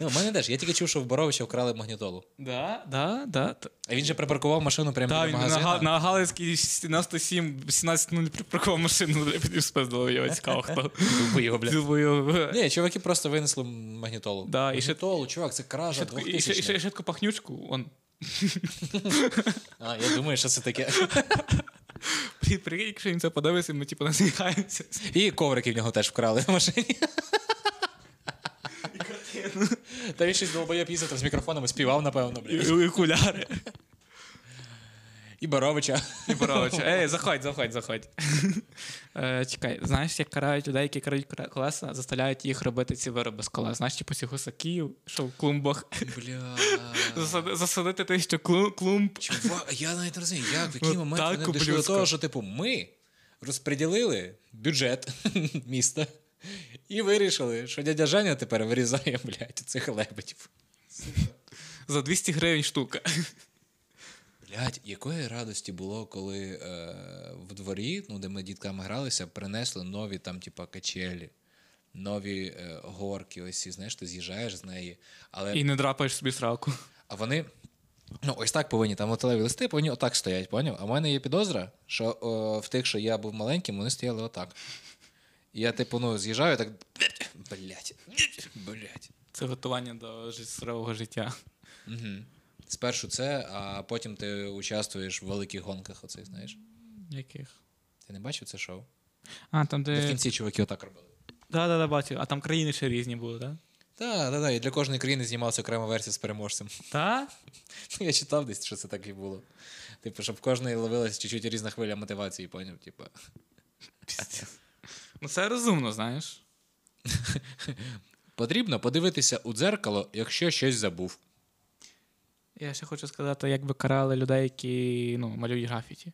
A: Ну, в мене теж. Я тільки чув, що в Боровича вкрали магнітолу.
B: Да, да, да. Т-
A: А він же припаркував машину прямо
B: Та
A: біля
B: він
A: магазину.
B: на, Га- на Галицькій 1707 17.0 припаркував машину, я підів спиздував його, цікаво хто.
A: Тупий, бля.
B: Думаю,
A: Ні, чуваки просто винесли магнітолу.
B: Да, і ще-
A: магнітолу, чувак, це кража
B: ще таку- і ще- і
A: 2000
B: ще- ще таку пахнючку, он
A: А, я думаю, що це таке.
B: При- Прикинь, якщо їм це подобається, ми типу насміхаємося.
A: І коврики в нього теж вкрали в машині. Та він щось долбоєб їздив там з мікрофонами, співав, напевно,
B: І,
A: бля.
B: і окуляри.
A: І Боровича.
B: І Боровича. Ей, заходь, заходь, заходь. Е, чекай, знаєш, як карають людей, які крадуть кра- колеса, заставляють їх робити ці вироби з колес. Знаєш, типу цих гусаків, що в клумбах.
A: Бля.
B: Засади- Засадити те, що клу- клумб.
A: Чувак, я навіть не розумію, як в який
B: Ну,
A: момент
B: так,
A: вони дійшли до
B: ублюдсько.
A: того, що типу ми розподілили бюджет міста і вирішили, що дядя Женя тепер вирізає, блядь, цих лебедів.
B: За 200 гривень штука.
A: Блядь, якої радості було, коли е, в дворі, ну де ми дітками гралися, принесли нові там, типа, качелі, нові е, горки, ось ці, знаєш, ти з'їжджаєш з неї. Але
B: І не драпаєш собі сраку.
A: А вони. Ну, ось так повинні. Там металеві листи повинні отак стоять, поняв? А в мене є підозра, що о, в тих, що я був маленьким, вони стояли отак. І я, типу, ну, з'їжджаю так. Блять, блять.
B: Це готування до жи- здорового життя.
A: Угу. Спершу це, а потім ти участвуєш в великих гонках, оцих, знаєш.
B: Яких?
A: Ти не бачив це шоу?
B: А, там
A: Де в
B: де.
A: кінці чуваки отак робили.
B: Да, да, да, бачив. А там країни ще різні були, так?
A: Так, так, так. І для кожної країни знімалася окрема версія з переможцем.
B: Та?
A: Ну, Я читав десь, що це так і було. Типу, щоб в кожної ловилась чуть-чуть різна хвиля мотивації, поняв? Типу,
B: Ну це розумно, знаєш.
A: потрібно подивитися у дзеркало, якщо щось забув.
B: Я ще хочу сказати, як би карали людей, які ну, малюють графіті.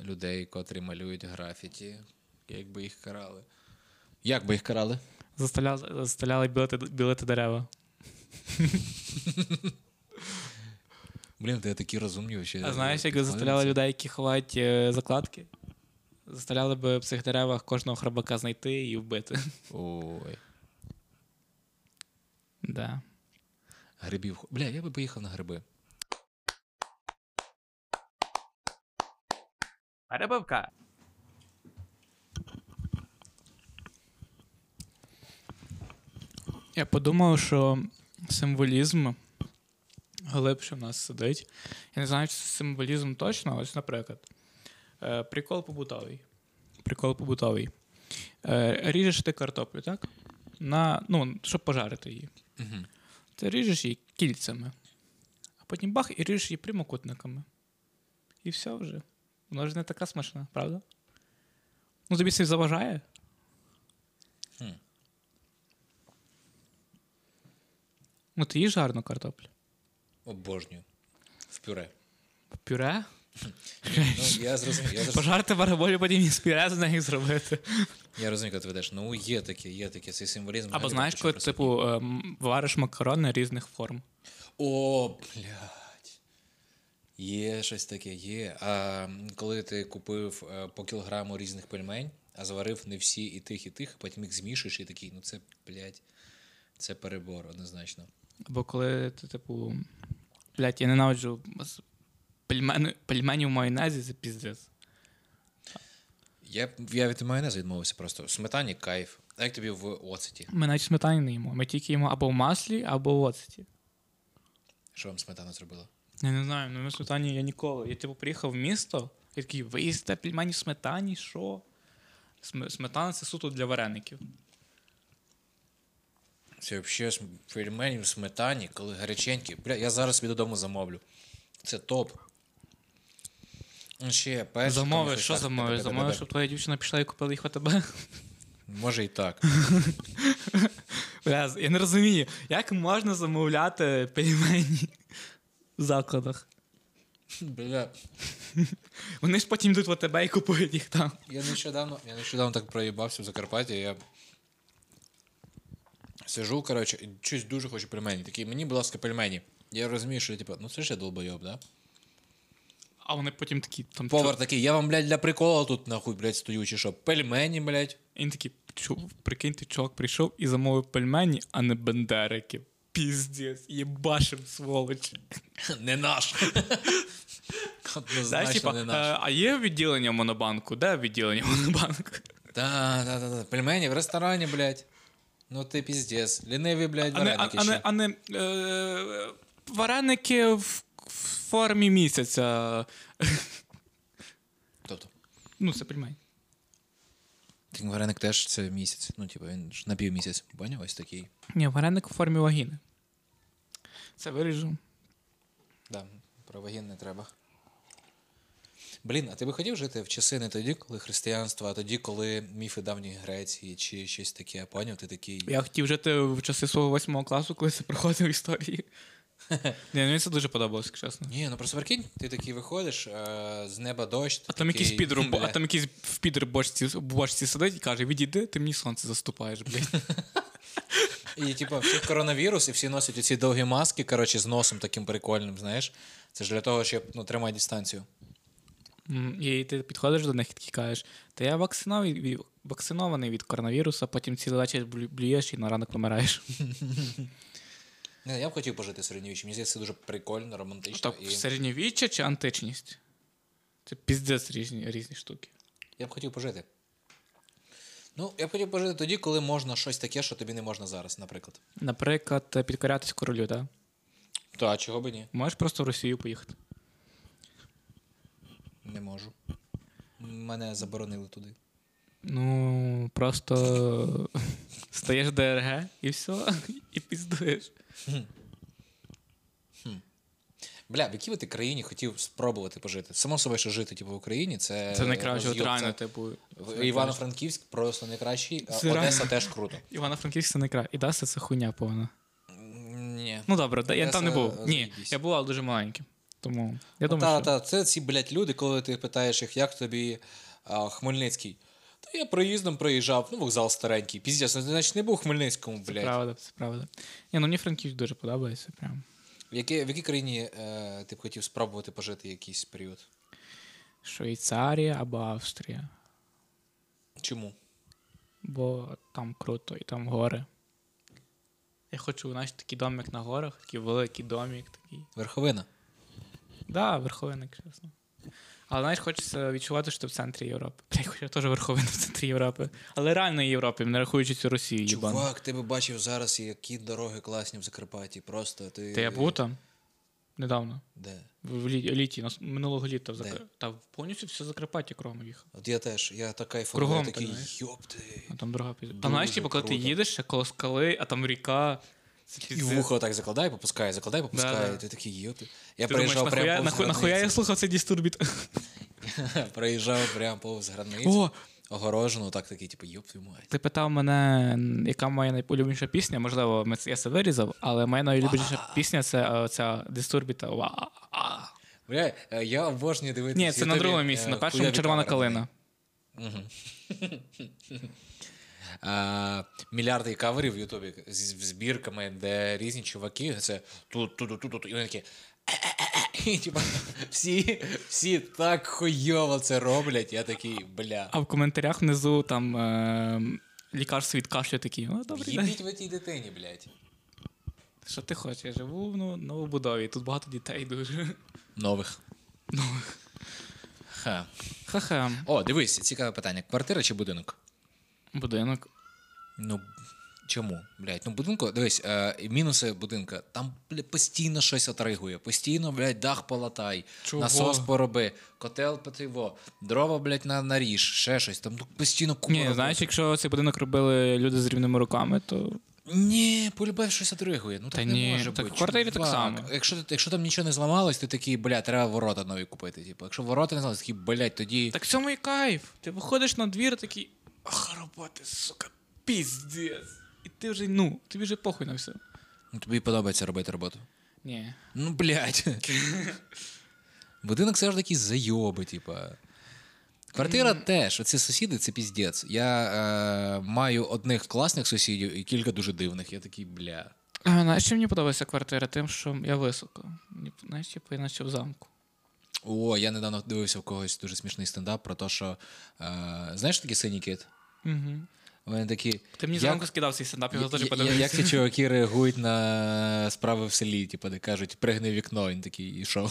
A: Людей, котрі малюють графіті, як би їх карали. Як би їх карали?
B: Заставляли, заставляли білити, білити дерева.
A: Блін, ти такі розумні ще.
B: А знаєш, як заставляли людей, які ховають е, закладки? Заставляли би в цих деревах кожного храбака знайти і вбити.
A: Ой.
B: Да.
A: Грибів. Бля, я би поїхав на гриби.
B: Перебивка. Я подумав, що символізм глибше в нас сидить. Я не знаю, чи це символізм точно, але ось, наприклад, е, прикол побутовий. Прикол побутовий. Е, Ріжеш ти картоплю, так? На, ну, щоб пожарити її.
A: Угу.
B: Ти ріжеш її кільцями, а потім бах і ріжеш її прямокутниками. І все вже. Вона ж не така смачна, правда? Ну, тобі це заважає?
A: Хм.
B: Ну, ти їж гарну картоплю.
A: Обожнюю. В пюре.
B: Пюре?
A: Ну, я зрозумів, я зрозумів.
B: Пожарити бараболі, потім із пюре з неї зробити.
A: Я розумію, коли ти ведеш. Ну, є таке, є таке, цей символізм.
B: Або
A: взагалі
B: знаєш,
A: дуже
B: коли,
A: красивий.
B: типу, ем, вариш макарони різних форм.
A: О, блядь. Є щось таке, є. А м, коли ти купив е, по кілограму різних пельмень, а зварив не всі і тих, і тих, а потім їх змішуєш і такий, ну це, блядь, це перебор однозначно.
B: Або коли ти, типу, блядь, я ненавиджу з- пельмени, пельмені в майонезі, це піздець.
A: Я, я від майонезу відмовився просто. В сметані кайф. А як тобі в оцеті?
B: Ми навіть сметані не їмо. Ми тільки їмо або в маслі, або в оцеті.
A: Що вам сметана зробила?
B: Я не знаю, ну ми в сметані я ніколи. Я типу приїхав в місто, і такий, ви їсте пельмені в сметані, що? Сме- Сметана це суто для вареників.
A: Це взагалі пельмені в сметані, коли гаряченькі. Бля, я зараз собі додому замовлю. Це топ. Ну, Ще перші.
B: Замовиш, що замовиш? Замовиш, щоб твоя дівчина пішла і купила їх у тебе.
A: Може і так.
B: Бля, Я не розумію, як можна замовляти пельмені в закладах.
A: Бля,
B: Вони ж потім йдуть в тебе і купують їх там.
A: я нещодавно, я нещодавно так проїбався в Закарпатті, я сижу, коротше, і щось дуже хочу пельмені. Такий, мені, будь ласка, пельмені. Я розумію, що я типу, ну це ж я долбойоб, да?
B: А вони потім такі там.
A: Повар такий, я вам, блядь, для прикола тут нахуй, блядь, стою чи що. Пельмені, блядь.
B: І Він такий, чув, прикиньте, чувак прийшов і замовив пельмені, а не бендерики. Піздець, їбашим сволоч.
A: Не наш.
B: Знаєш,
A: Однозначно
B: типа,
A: не наш.
B: е, а є відділення монобанку? Де відділення монобанку?
A: Да, да, да, да. Пельмені в ресторані, блядь. Ну ти піздец. Ліниві, блядь,
B: А не, а,
A: вареники
B: а не,
A: ще.
B: а не е, вареники в, в формі місяця.
A: Тобто,
B: Ну, це пельмень.
A: ти вареник теж це місяць. Ну, типу, він ж на півмісяць. Поняв? Ось такий.
B: Ні, вареник в формі вагіни. Це виріжу.
A: Да, про вагін не треба. Блін, а ти би хотів жити в часи не тоді, коли християнство, а тоді, коли міфи давньої Греції чи щось таке, поняв? Ти такий.
B: Я хотів жити в часи свого восьмого класу, коли це проходив історії. Ні, ну мені це дуже подобалось, якщо чесно.
A: Ні, ну просто прикинь, ти такий виходиш, е, з неба дощ. ти
B: А там якийсь
A: такий,
B: підр,
A: «Бля,
B: а там якийсь в підр бочці, в бочці сидить і каже: відійди, ти мені сонце заступаєш, блядь.
A: І типу, всіх коронавірус, і всі носять оці довгі маски, коротше, з носом таким прикольним, знаєш. Це ж для того, щоб ну, тримати дистанцію.
B: М, І ти підходиш до них і такий кажеш, та я вакцинований від, вакцинований від коронавірусу, а потім цілий вечір блю- блюєш і на ранок помираєш.
A: Не, Ну, я б хотів пожити в середньовіччі. Мені здається, це дуже прикольно, романтично.
B: Так,
A: і...
B: середньовіччя чи античність? Це піздець різні, різні штуки.
A: Я б хотів пожити. Ну, я б хотів пожити тоді, коли можна щось таке, що тобі не можна зараз, наприклад.
B: Наприклад, е, підкорятись королю, так?
A: Та, чого би ні?
B: Можеш просто в Росію поїхати.
A: Не можу. Мене заборонили туди.
B: Ну, просто стаєш ДРГ і все, і піздуєш.
A: Бля, в якій би ти країні хотів спробувати пожити? Само собою, що жити типу, в Україні, це.
B: Це найкраще, от
A: роз'єб,
B: реально,
A: це-
B: типу.
A: В- Івано-Франківськ просто найкращий, а
B: Це реально.
A: Одеса теж круто.
B: Івано-Франківськ це найкраще. І Даса це хуйня повна.
A: М, Ні.
B: Ну добре, да- я
A: Одеса
B: там не був. Ні,
A: заєбісь.
B: я був, але дуже маленьким. Тому я
A: Ну,
B: думаю,
A: та,
B: що
A: та, це ці, блядь, люди, коли ти питаєш їх, як тобі а, Хмельницький. Та я проїздом проїжджав, ну, вокзал старенький. Піздець, ну, ти, значить, не був у Хмельницькому,
B: це
A: блядь.
B: правда, це правда. Ні, ну мені Франківськ дуже подобається. Прям.
A: В якій, в якій країні е, ти б хотів спробувати пожити якийсь період?
B: Швейцарія або Австрія.
A: Чому?
B: Бо там круто і там гори. Я хочу, знаєш, такий домик на горах, такий великий домик такий.
A: Верховина.
B: Да, верховина, чесно. Але знаєш, хочеться відчувати, що ти в центрі Європи. Блядь, хоча я теж верховина в центрі Європи. Але реальної Європи, не рахуючи цю Росію, їбану.
A: Чувак, ти би бачив зараз, які дороги класні в Закарпатті. Просто ти.
B: Та я був там недавно.
A: Де?
B: В в лі- літі, нас- минулого літа в
A: Де?
B: Закар... Та в- повністю все Закарпаття кровом їхав.
A: От я теж, я так кайфую,
B: Кругом
A: я такий,
B: так, знаєш.
A: йопти.
B: А там дорога пізна.
A: Дуже
B: А знаєш, типу, коли ти
A: круто.
B: їдеш ще коло скали, а там ріка. Це
A: І
B: піздець.
A: вухо так закладає, попускає, закладає, попускає.
B: Да-да.
A: Ти такий йопти. Я
B: Ти думаєш,
A: проїжджав
B: нахуя,
A: прямо повз
B: нахуя, нахуя я
A: границі.
B: слухав цей дістурбіт?
A: Проїжджав прямо повз границю.
B: О,
A: Огорожену, так такий, типу, йоп твою мать.
B: ти питав мене, м, яка моя найулюбленіша пісня. Можливо, ми це- я це вирізав, але моя найулюбленіша пісня це е, ця дистурбіта. Ва.
A: Бля, е, я обожнюю дивитися.
B: Ні, це на е, другому
A: е,
B: місці. На першому червона калина.
A: а, мільярди каверів в Ютубі з з збірками, де різні чуваки, це тут, тут, тут, тут, і вони такі. «Е-е-е-е». І, типа, всі, всі так хуйово це роблять. Я такий, бля.
B: А в коментарях внизу там е, лікарство від кашлю такі. Ну, добрий день.
A: Їбіть ви тій дитині, блядь.
B: Що ти хочеш? Я живу в ну, новобудові. Тут багато дітей дуже.
A: Нових. Ха.
B: Ха-ха.
A: О, дивись, цікаве питання. Квартира чи будинок?
B: Будинок.
A: Ну чому? Блядь, ну будинку, дивись, е, і мінуси будинка. Там бля, постійно щось отригує. Постійно, блядь, дах полатай,
B: Чого?
A: насос пороби, котел потиво, дрова, блядь, на, наріж, ще щось. Там ну, постійно купа.
B: Ні,
A: роботи.
B: знаєш, якщо цей будинок робили люди з рівними руками, то
A: Ні, полюбив щось отригує. Ну так
B: Та
A: не
B: ні,
A: може
B: так
A: бути.
B: в квартирі так
A: чувак.
B: само.
A: Якщо, ти- якщо там нічого не зламалось, ти такий, бля, треба ворота нові купити. Типу, якщо ворота не зламалось, такий, блядь, тоді.
B: Так в цьому і кайф. Ти виходиш на двір такий. Ах, роботи, сука, піздець. І ти вже, ну, тобі вже похуй на все.
A: Ну, тобі подобається робити роботу.
B: Ні.
A: Ну, блядь. Будинок завжди якісь зайоби, типа. Квартира теж, оці сусіди це піздець. Я е, маю одних класних сусідів і кілька дуже дивних. Я такий, бля.
B: А, знаєш, чим мені подобається квартира? Тим, що я високо. Мені, знаєш, типу, я наче в замку.
A: О, я недавно дивився в когось дуже смішний стендап про те, що е, знаєш такі синій кит?
B: Угу.
A: Вони такі.
B: Ти мені
A: як-
B: зранку скидав цей стендап, я
A: я-
B: теж
A: я- Як
B: подивився.
A: ці чуваки реагують на справи в селі, типу, де кажуть, пригни вікно, і він такий, і що?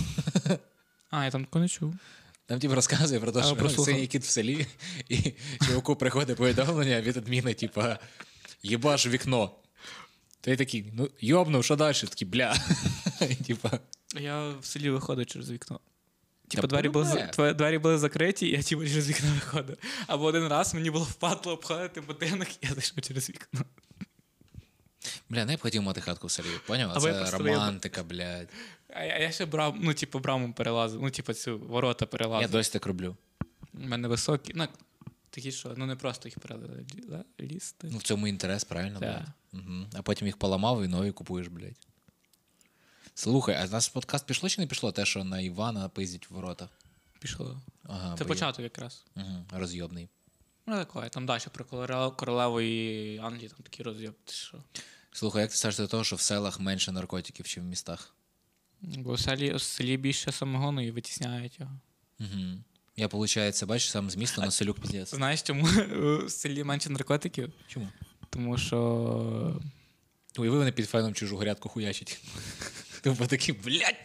B: А, я там такого не чув.
A: Там типу розказує про те,
B: А,
A: що
B: прослухав.
A: синій кіт в селі, і чуваку приходить повідомлення від адміна, типу, їбаш вікно. Та й такий, ну йобнув, що далі? Такий, бля. І, Типа,
B: Я в селі виходив через вікно.
A: Та
B: Типа двері були, за-
A: полюбе.
B: тва- двері були закриті, і я типу через вікно виходив. Або один раз мені було впадло обходити будинок, і я зайшов через вікно.
A: бля, не б хотів мати хатку в селі, поняв?
B: Або я
A: Це
B: просто
A: романтика, блядь.
B: А я, я ще брав, ну, типу, браму перелазив, ну, типу, цю ворота
A: Я
B: перелазив.
A: досі так роблю.
B: У мене високі. Ну, такі, що ну не просто їх перелізти.
A: Ну, в цьому інтерес, правильно,
B: Так.
A: блядь. Мгм. А потім їх поламав і нові купуєш, блядь. Слухай, а з нас в подкаст пішло чи не пішло те, що на Івана пиздять ворота?
B: Пішло.
A: Ага,
B: Це
A: бо
B: початок якраз.
A: я- Мгм, Розйобний.
B: Ну, такое, там далі про королеву, королеву і Англії, там такі розйоб. Ти що?
A: Слухай, як ти ставишся до того, що в селах менше наркотиків, ніж в містах?
B: Бо в селі, в селі більше самогону і витісняють його.
A: Угу. Я, получається, бачиш, сам з міста на селюк піздець.
B: Знаєш, чому в селі менше наркотиків?
A: Чому?
B: Тому що
A: Уяви, вони під феном чужу грядку хуячить. Тупо такі, блядь.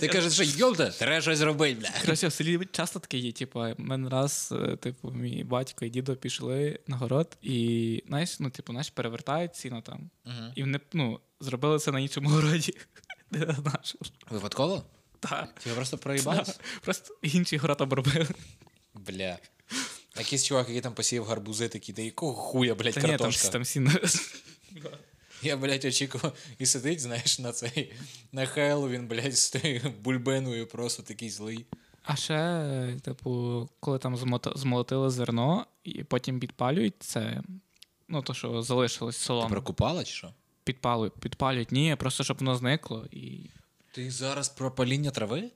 A: Ти кажеш, що йолта, треба щось робити, блядь.
B: Коротше, в селі часто таке є. Типу, в мене раз, е, типу, мій батько і дідо пішли на город, і знаєш, ну, типу, знаєш, перевертають ціну там. І вони ну, зробили це на іншому городі. Де на нашому.
A: Випадково?
B: Так.
A: Тебе просто проїбались?
B: Просто інший город обробили.
A: Бля. Якийсь чувак, який там посіяв гарбузи, такий, да якого хуя, блядь,
B: Та ні, там,
A: картошка.
B: там всі на-
A: Я, блядь, очікував і сидить, знаєш, на цей на Хеллоуін, блядь, з тою бульбеною, просто такий злий.
B: А ще, е, типу, коли там змото- змолотили зерно, і потім підпалюють це. Ну, то, що залишилось
A: Ти
B: солома.
A: прокупала чи що?
B: Підпалюють, підпалюють. Ні, просто щоб воно зникло. І...
A: Ти зараз про паління трави?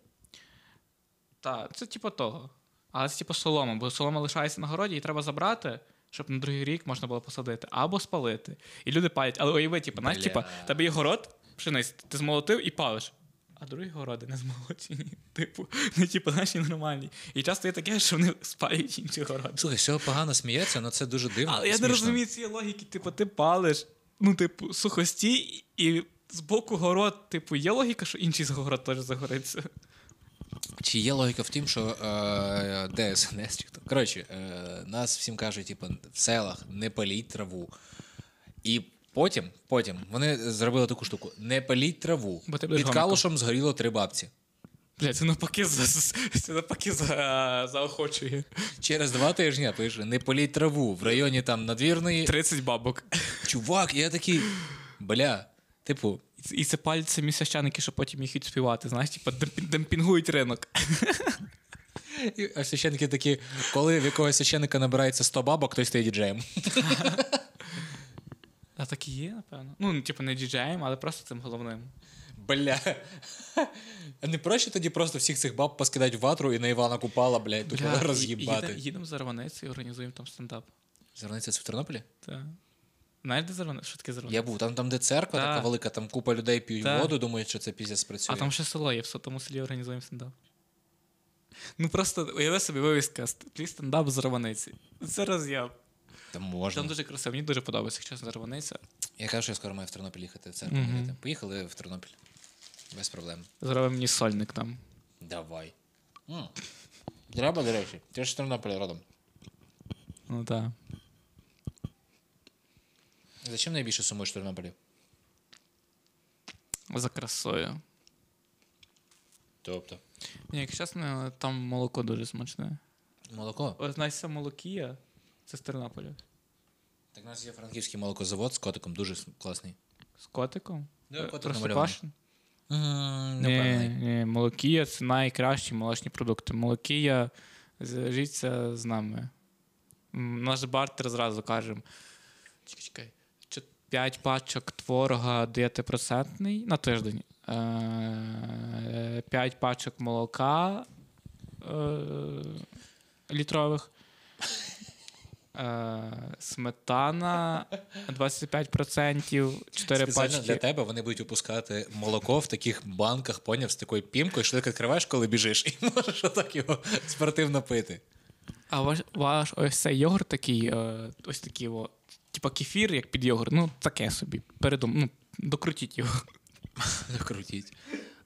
B: Та, це типу того. Але це типу солома, бо солома лишається на городі, і треба забрати, щоб на другий рік можна було посадити або спалити. І люди палять. Але уяви, типу, знаєш,
A: Бля.
B: типу, тебе є город, пшениць, ти змолотив і палиш. А другі городи не змолочені. Типу, ну, типу, наші нормальні. І часто є таке, що вони спалюють інші городи.
A: Слухай, з цього погано сміється, але це дуже дивно.
B: Але
A: і
B: я не
A: смішно.
B: розумію цієї логіки, типу, ти палиш, ну, типу, сухостій, і з боку город, типу, є логіка, що інший город теж загориться.
A: Чи є логіка в тім, що е, ДСНС чи хто? Коротше, е, нас всім кажуть, типу, в селах не паліть траву. І потім, потім вони зробили таку штуку: не паліть траву.
B: Бо ти будеш
A: Під
B: гомиком.
A: калушем згоріло три бабці.
B: Бля, це навпаки, за, це навпаки за, заохочує.
A: Через два тижні пише: не паліть траву в районі там надвірної.
B: 30 бабок.
A: Чувак, я такий. Бля, типу,
B: І це- І це пальці місящаники, що потім їх відспівати. Знаєш, типу, демпі- демпінгують ринок.
A: і- а священники такі, коли в якогось священника набирається 100 бабок, той стає діджеєм.
B: А так і є, напевно. Ну, типу, не діджеєм, але просто цим головним.
A: Бля. А не проще тоді просто всіх цих баб поскидати в ватру і на Івана Купала, блядь, тупо роз'їбати.
B: Їдемо за Рванець і організуємо там стендап.
A: Зерниця це в Тернополі?
B: Та. Знаєш, де Зарванець? Що таке Зарванець?
A: Я був там, там, де церква
B: Ну, Так.
A: така велика, там купа людей п'ють
B: Так.
A: воду, думають, що це піздець спрацює.
B: А там ще село є, в с- тому селі організуємо стендап. Ну просто уяви собі вивіска «Ст- твій стендап з Рваниці. Це роз'єм.
A: Там можна.
B: Там дуже красиво, мені дуже подобається, якщо чесно, Зарваниця.
A: Я кажу, що я скоро маю в Тернопіль їхати в церкву.
B: Мгм.
A: гуляти. Поїхали в Тернопіль. Без проблем.
B: Зробив мені сольник там.
A: Давай. М. Треба, до речі. Ти ж з Тернополя родом.
B: Ну так.
A: Зачем найбільше сумуєш в Тернополі?
B: За красою.
A: Тобто.
B: Ні, якщо чесно, там молоко дуже смачне.
A: Молоко.
B: Ось знаєшся молокія, це з Тернополя.
A: Так у нас є франківський молокозавод з котиком, дуже с- класний.
B: З котиком?
A: Да, котик
B: Просто
A: намальований.
B: пашин?
A: М, не
B: Ні,
A: впевнений.
B: ні, молокія це найкращі молочні продукти. Молокія, зв'яжіться з нами. М, Наш бартер зразу кажемо. Чекай, чекай. Чо- П'ять пачок творога 9% на тиждень. Е, П'ять пачок молока е, літрових. Е, Сметана 25%, 4
A: Спеціально для
B: пачки.
A: тебе вони будуть випускати молоко в таких банках, поняв, з такою пімкою, що ти так відкриваєш, коли біжиш, і можеш отак його спортивно пити.
B: А ваш, ваш ось цей йогурт такий, е, ось такий, о, типа кефір, як під йогурт, ну таке собі. Передум, ну, докрутіть його.
A: Ну, Крутіть.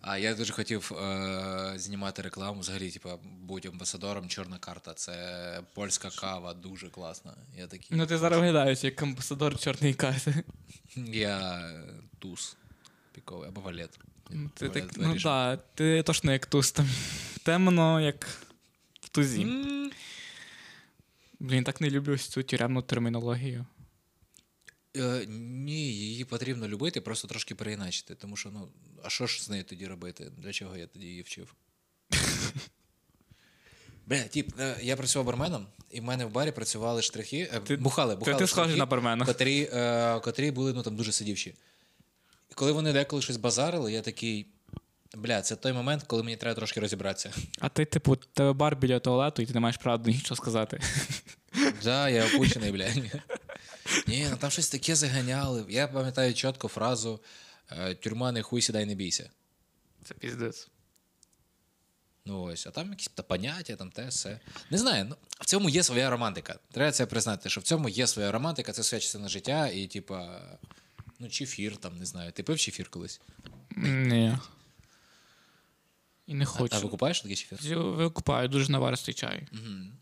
A: А я дуже хотів е- знімати рекламу. Взагалі, типа, будь амбасадором, чорна карта. Це польська кава, дуже класна. Я такий.
B: Ну ти зараз виглядаєш як амбасадор чорної каси.
A: Я туз піковий або валет.
B: Ну, Ти
A: Валет
B: так, ну
A: вирішив.
B: да, ти точно як туз там. Темно, як в тузі.
A: М.
B: Блін, так не люблю ось цю тюремну термінологію.
A: Е, ні, її потрібно любити, просто трошки переіначити. Тому що, ну, а що ж з нею тоді робити? Для чого я тоді її вчив? Бля, тіп, е, я працював барменом, і в мене в барі працювали штрихи. е,
B: Ти-
A: бухали,
B: Ти,
A: бухали.
B: ти схожий
A: штрихи,
B: на бармена.
A: котрі, е, котрі були ну, там дуже сидівші. І коли вони деколи щось базарили, я такий. Бля, це той момент, коли мені треба трошки розібратися.
B: А ти, типу, тебе бар біля туалету, і ти не маєш права до нічого сказати.
A: Да, я опущений, блядь. Ні, ну там щось таке заганяли. Я пам'ятаю чітко фразу е, тюрма не хуй сідай, не бійся.
B: Це піздець.
A: Ну ось, а там якісь та поняття, там те все. Не знаю, ну в цьому є своя романтика. Треба це признати, що в цьому є своя романтика, це своя частина життя, і типа, Ну, чефір там, не знаю. Ти пив чефір колись?
B: Ні. І не
A: А, а
B: хочу.
A: викупаєш такий чефір?
B: Я Викупаю дуже наваристий чай.
A: Мгм.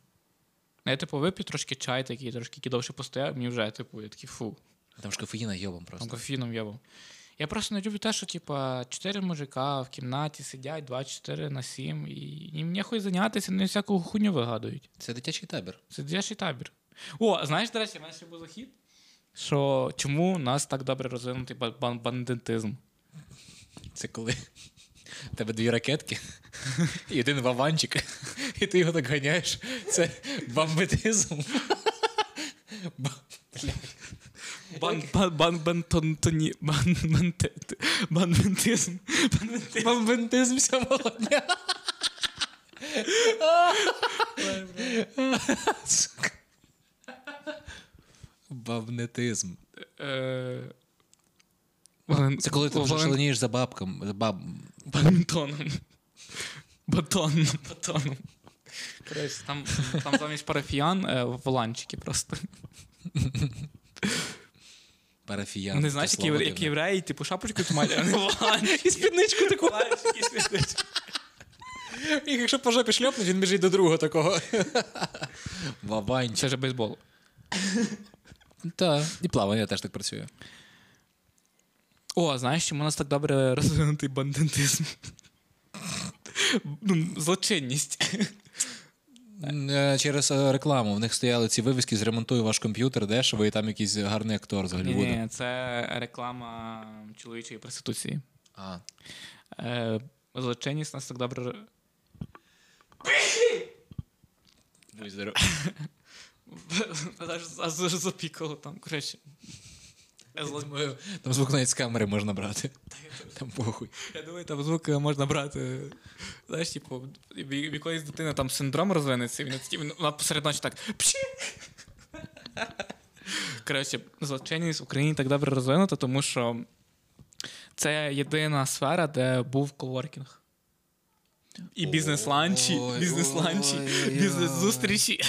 B: Я, типу, вип'ю трошки чай, такий трошки який довше постояв, мені вже, типу, я такий фу,
A: Там ж кофеїна йобом
B: там
A: просто.
B: кофіном яву. Я просто не люблю те, що типа чотири мужика в кімнаті сидять 24 на 7, і їм ніхуй зайнятися, не всяку хуйню вигадують.
A: Це дитячий табір.
B: Це дитячий табір. О, знаєш, до речі, в мене ще був захід, що чому у нас так добре розвинутий ба- бан- бандитизм?
A: Це коли в тебе дві ракетки і один ваванчик, і ти його так ганяєш. Це бамбетизм. Ба- Бля.
B: Бан, бан, бан, бан, тон, тоні, бан, банте- бандитизм. Бандитизм.
A: Бамбентизм сьомого дня. Сука. Бабнетизм.
B: Е, Вален-
A: Це коли ти вже
B: Вален-
A: шаленієш за бабком. за Баб...
B: Бантоном. Батоном, батоном. Коротше, там, там замість парафіян е, воланчики просто.
A: Парафіян.
B: Вони
A: Це
B: знаєш,
A: слово
B: які, євре-
A: дивне.
B: як євреї, типу шапочку тримають, а не воланчики.
A: І спідничку таку.
B: Воланчики світять.
A: І якщо по жопі шльопнуть, він біжить до другого такого. Бабанчик.
B: Це ж бейсбол.
A: Та, і плавання теж так працює.
B: О, знаєш, чому у нас так добре розвинутий бандитизм? Ну, Злочинність.
A: Е, Через е, рекламу в них стояли ці вивіски «Зремонтуй ваш комп'ютер дешево, і там якийсь гарний актор з Голлівуду.
B: Ні, це реклама чоловічої проституції.
A: А,
B: Е, Злочинність у нас так добре
A: будь здоров.
B: Аж, аж запікало там, коротше. Я зла-
A: Думаю, Там звук навіть з камери можна брати. Там похуй.
B: Я думаю, там звук е, можна брати. Знаєш, типу, в- в в якоїсь дитини там синдром розвинеться, і він такий- він- вона посеред ночі так. Пші! Коротше, злочинність в Україні так добре розвинута, тому що це єдина сфера, де був коворкінг. І бізнес-ланчі,
A: Ой,
B: бізнес-ланчі,
A: ой,
B: бізнес-зустрічі.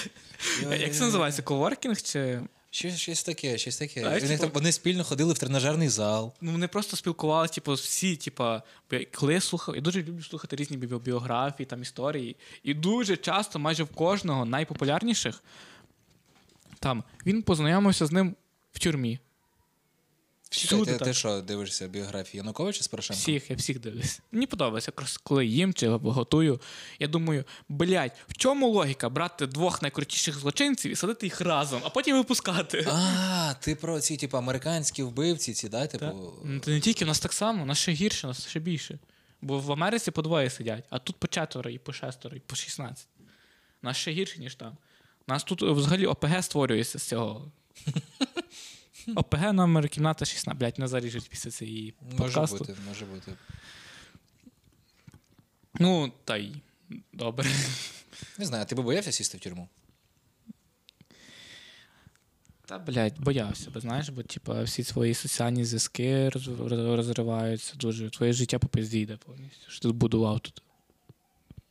A: Е,
B: Як це називається? Коворкінг чи.
A: Щось, щось таке, щось таке.
B: Знаєш,
A: Вони, там,
B: типу-
A: вони спільно ходили в тренажерний зал.
B: ну вони просто спілкувалися, типу, всі, типу, бо коли я слухав, я дуже люблю слухати різні бі- біографії, там історії. І дуже часто, майже в кожного найпопулярніших, там він познайомився з ним в тюрмі.
A: Ти,
B: Всюди
A: ти, ти
B: так.
A: що дивишся біографії Януковича з Порошенком?
B: Всіх, я всіх дивлюсь. Мені подобається, якраз коли їм чи готую. Я думаю, блядь, в чому логіка брати двох найкрутіших злочинців і садити їх разом, а потім випускати?
A: А, ти про ці, типу, американські вбивці, ці, да,
B: Та?
A: типу.
B: Ну, Та не тільки, у нас так само, у нас ще гірше, у нас ще більше. Бо в Америці по двоє сидять, а тут по четверо, і по шестеро, і по 16. У нас ще гірше, ніж там. У нас тут е, взагалі ОПГ створюється з цього. ОПГ номер кімната 16, блядь, не заріжуть після цієї
A: Може
B: подкасту.
A: бути, може бути.
B: Ну, та й добре.
A: Не знаю, ти би боявся сісти в тюрму?
B: Та, блядь, боявся, бо знаєш, бо типа всі свої соціальні зв'язки роз- роз- розриваються дуже. Твоє життя по пизді йде повністю. Що ти збудував тут?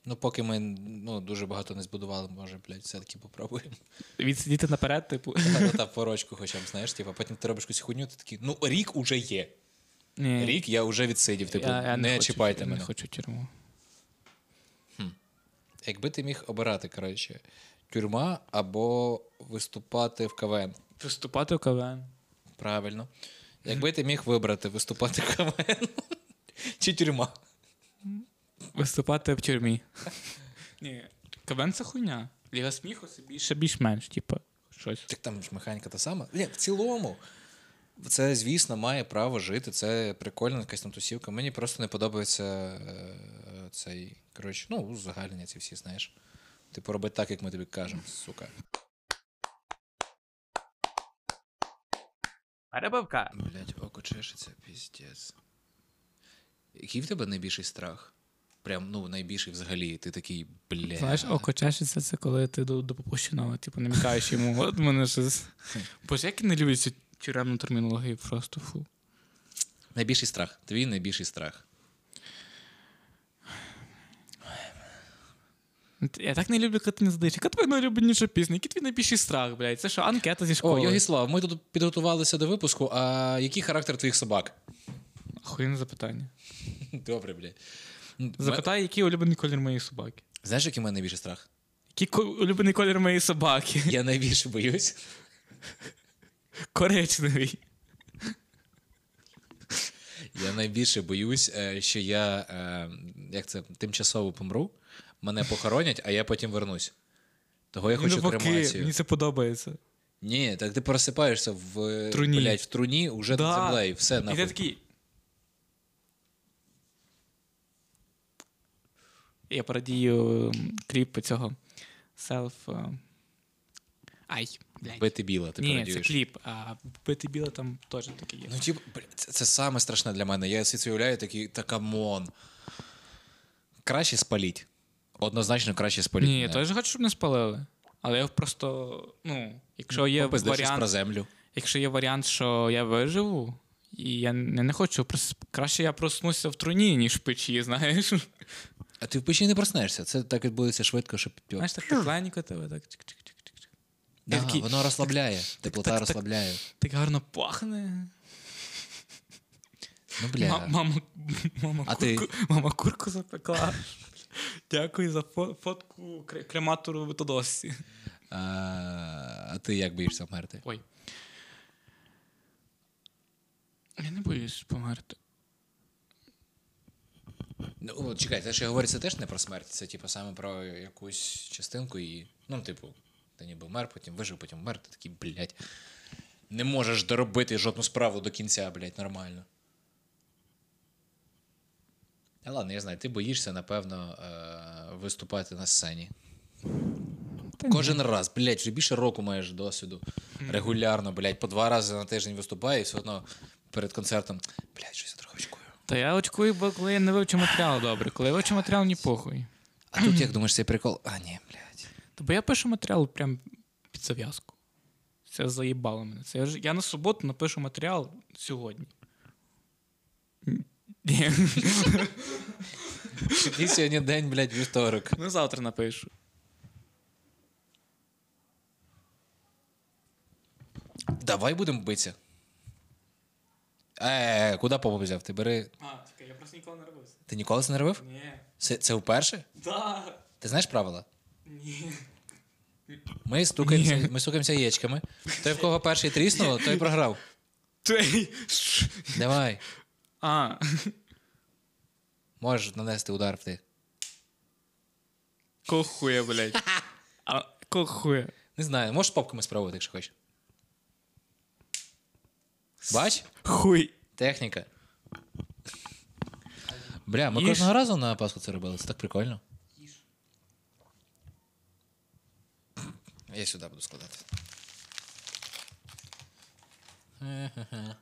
A: Ну, поки ми ну, дуже багато не збудували, може, блядь, все-таки попробуємо.
B: Відсидіти наперед, типу.
A: Та, ну, та, та порочку хоча б, знаєш, типу, потім ти робиш якусь хуйню, ти такий, ну, рік уже є.
B: Ні.
A: Рік я вже відсидів, типу,
B: Я- я
A: не,
B: хочу
A: чіпайте
B: тюрму,
A: мене.
B: Не хочу тюрму.
A: Якби ти міг обирати, коротше, тюрма або виступати в КВН.
B: Виступати в КВН.
A: Правильно. Якби ти міг вибрати виступати в КВН чи тюрма.
B: Виступати в тюрмі. Ні. КВН це хуйня. Ліга сміху це більше більш-менш, типу, щось.
A: Так там ж механіка та сама. Ні, в цілому. Це, звісно, має право жити. Це прикольна якась там тусівка. Мені просто не подобається е, цей. Коротше, ну, узагальнення ці всі, знаєш. Типу, роби так, як ми тобі кажемо, сука.
B: Перебавка.
A: Блять, око чешеться, піздець. Який в тебе найбільший страх? Прям, ну, найбільший взагалі. Ти такий, блядь.
B: Знаєш, око чешеться, це коли ти до, до попущеного, типу, намікаєш йому, от мене щось. Боже, як я не люблю цю тюремну термінологію, просто фу.
A: Найбільший страх. Твій найбільший страх.
B: Я так не люблю, коли ти не задаєш. Яка твоя найлюбленіша пісня? Який твій найбільший страх, блядь? Це що, анкета зі
A: О,
B: школи?
A: Йогіслав, ми тут підготувалися до випуску. А який характер твоїх собак?
B: Охуєнне запитання.
A: Добре, блядь.
B: Запитай, який улюблений колір моєї собаки.
A: Знаєш, який в мене найбільший страх?
B: Який ко- улюблений колір моєї собаки?
A: Я найбільше боюсь.
B: Коричневий.
A: Я найбільше боюсь, е, що я е, як це тимчасово помру, мене похоронять, а я потім вернусь. Того я
B: Ну,
A: хочу
B: навпаки,
A: кремацію.
B: Мені це подобається.
A: Ні, так ти просипаєшся в
B: Труні.
A: Блядь, в труні, уже
B: Да.
A: над землею. Все
B: І ти
A: нахуй.
B: такий. Я парадію м, кліп цього. Селф. е, Ай, блядь.
A: Бити біла, ти
B: Ні,
A: пародіюєш.
B: це кліп, а бити біле там теж таке є.
A: Ну, типу, блядь, це, це саме страшне для мене. Я собі це уявляю такий, та камон. Краще спаліть. Однозначно краще спаліть.
B: Ні, я
A: мене.
B: теж хочу, щоб не спалили. Але я просто, ну, якщо є
A: Попизди щось
B: варіант,
A: про землю.
B: якщо є варіант, що я виживу, і я не, не хочу, прос- краще я проснуся в труні, ніж в печі, знаєш.
A: А ти в печі не проснешся. Це так відбудеться швидко, що п'ять.
B: Знаєш, так тепленько тебе, так чик-чик-чик-чик.
A: Да,
B: я такий-
A: воно розслабляє. Теплота
B: так, так.
A: розслабляє.
B: Так гарно пахне.
A: Ну,
B: Ма-
A: бля.
B: Мама, мама,
A: А ти?
B: курку, мама курку запекла. Дякую за фо- фотку кре- крематору в Тодосі.
A: А, а ти як боїшся вмерти?
B: Ой. Я не боюсь померти.
A: Ну, о, чекай, те, що я говорю, це теж не про смерть, це типу саме про якусь частинку і. Ну, типу, ти ніби вмер, потім вижив, потім вмер, ти такий, блядь. Не можеш доробити жодну справу до кінця, блядь, нормально. Та ладно, я знаю, ти боїшся, напевно, е- виступати на сцені. Кожен раз, блядь, вже більше року маєш досвіду. Регулярно, блядь, по два рази на тиждень виступає, і все одно перед концертом, блядь, щось я трохи очкую.
B: Та я очкую, бо коли я не вивчу матеріал добре. Коли я вивчу матеріал, ні похуй.
A: А тут як думаєш, цей прикол? А, ні, блядь.
B: Та бо Тобто я пишу матеріал прям під зав'язку. Це заїбало мене. Це я, ж- я на суботу напишу матеріал сьогодні. Ні.
A: Який сьогодні день, блядь, вівторок.
B: Ну, завтра напишу.
A: Давай будемо битися. Е, куди попу взяв? Ти бери.
B: А, чекай, я просто ніколи не робився.
A: Ти ніколи це не робив?
B: Ні.
A: Це, це вперше?
B: Да.
A: Ти знаєш правила?
B: Ні.
A: Ми стукаємося, ми стукаємося яєчками. Той, в кого перший тріснуло, той програв.
B: Ти.
A: Давай,
B: А.
A: можеш нанести удар в ти.
B: Кохує, блядь. А кохує.
A: Не знаю, можеш з попками спробувати, якщо хочеш. Бач?
B: Хуй.
A: Техніка. Бля, ми
B: Їж.
A: кожного разу на Пасху це робили, це так прикольно. Я сюди буду складати. Е-ге-ге.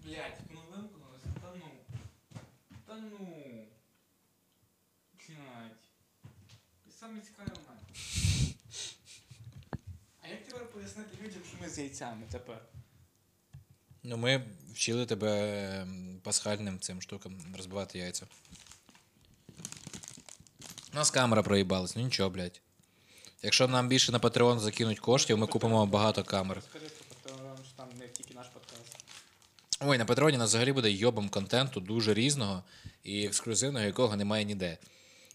B: Блядь, ну вимкнулось, та ну. Та ну. Блядь. І саме цікаве в мене. А як тепер пояснити людям, що ми з яйцями тепер?
A: Ну, ми вчили тебе м, пасхальним цим штукам розбивати яйця. У нас камера проїбалась, ну нічого, блядь. Якщо нам більше на Patreon закинуть коштів, ми купимо багато камер.
B: Розкажи про Патреон, що там не тільки наш подкаст.
A: Ой, на Патреоні нас взагалі буде йобом контенту дуже різного і ексклюзивного, якого немає ніде.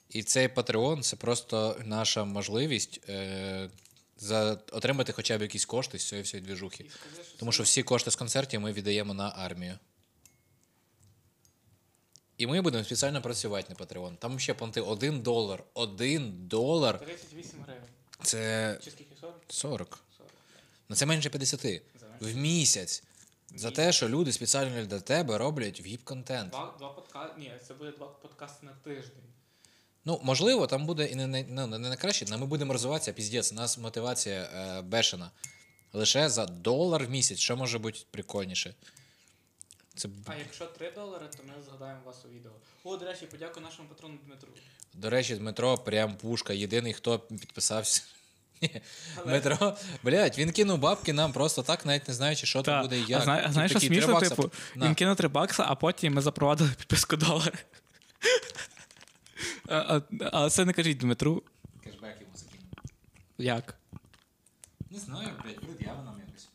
A: І цей Патреон це просто наша можливість е, за, отримати хоча б якісь кошти з цієї всієї двіжухи.
B: І скажи, що
A: Тому що всі кошти з концертів ми віддаємо на армію. І ми будемо спеціально працювати на Patreon. Там ще понти 1 долар. 1 долар
B: 38 гривень.
A: це
B: Чи скільки 40?
A: 40.
B: 40.
A: Ну це менше 50 в місяць. За те, що люди спеціально для тебе роблять віп-контент.
B: Два, два подка... Ні, це буде два подкасти на тиждень.
A: Ну, можливо, там буде і не, най- ну, не, не краще, але ми будемо розвиватися, піздець. У нас мотивація е, бешена. Лише за долар в місяць, що може бути прикольніше. Це, б-
B: А якщо 3 долари, то ми згадаємо вас у відео. О, до речі, подякую нашому патрону Дмитру.
A: до речі, Дмитро прям пушка, єдиний, хто підписався. Метро, блядь, він кинув бабки нам просто так, навіть не знаючи, що
B: Та.
A: то буде і
B: а
A: як.
B: зна- а
A: Тип
B: знаєш, що
A: такий, «Три
B: смішно,
A: бакса,
B: типу,
A: на».
B: він кинув 3 бакса, а потім ми запровадили підписку долар. А- а- Але це не кажіть Дмитру.
A: Кешбек йому закинув.
B: Як?
A: Не знаю, блядь, пред'яви нам якось.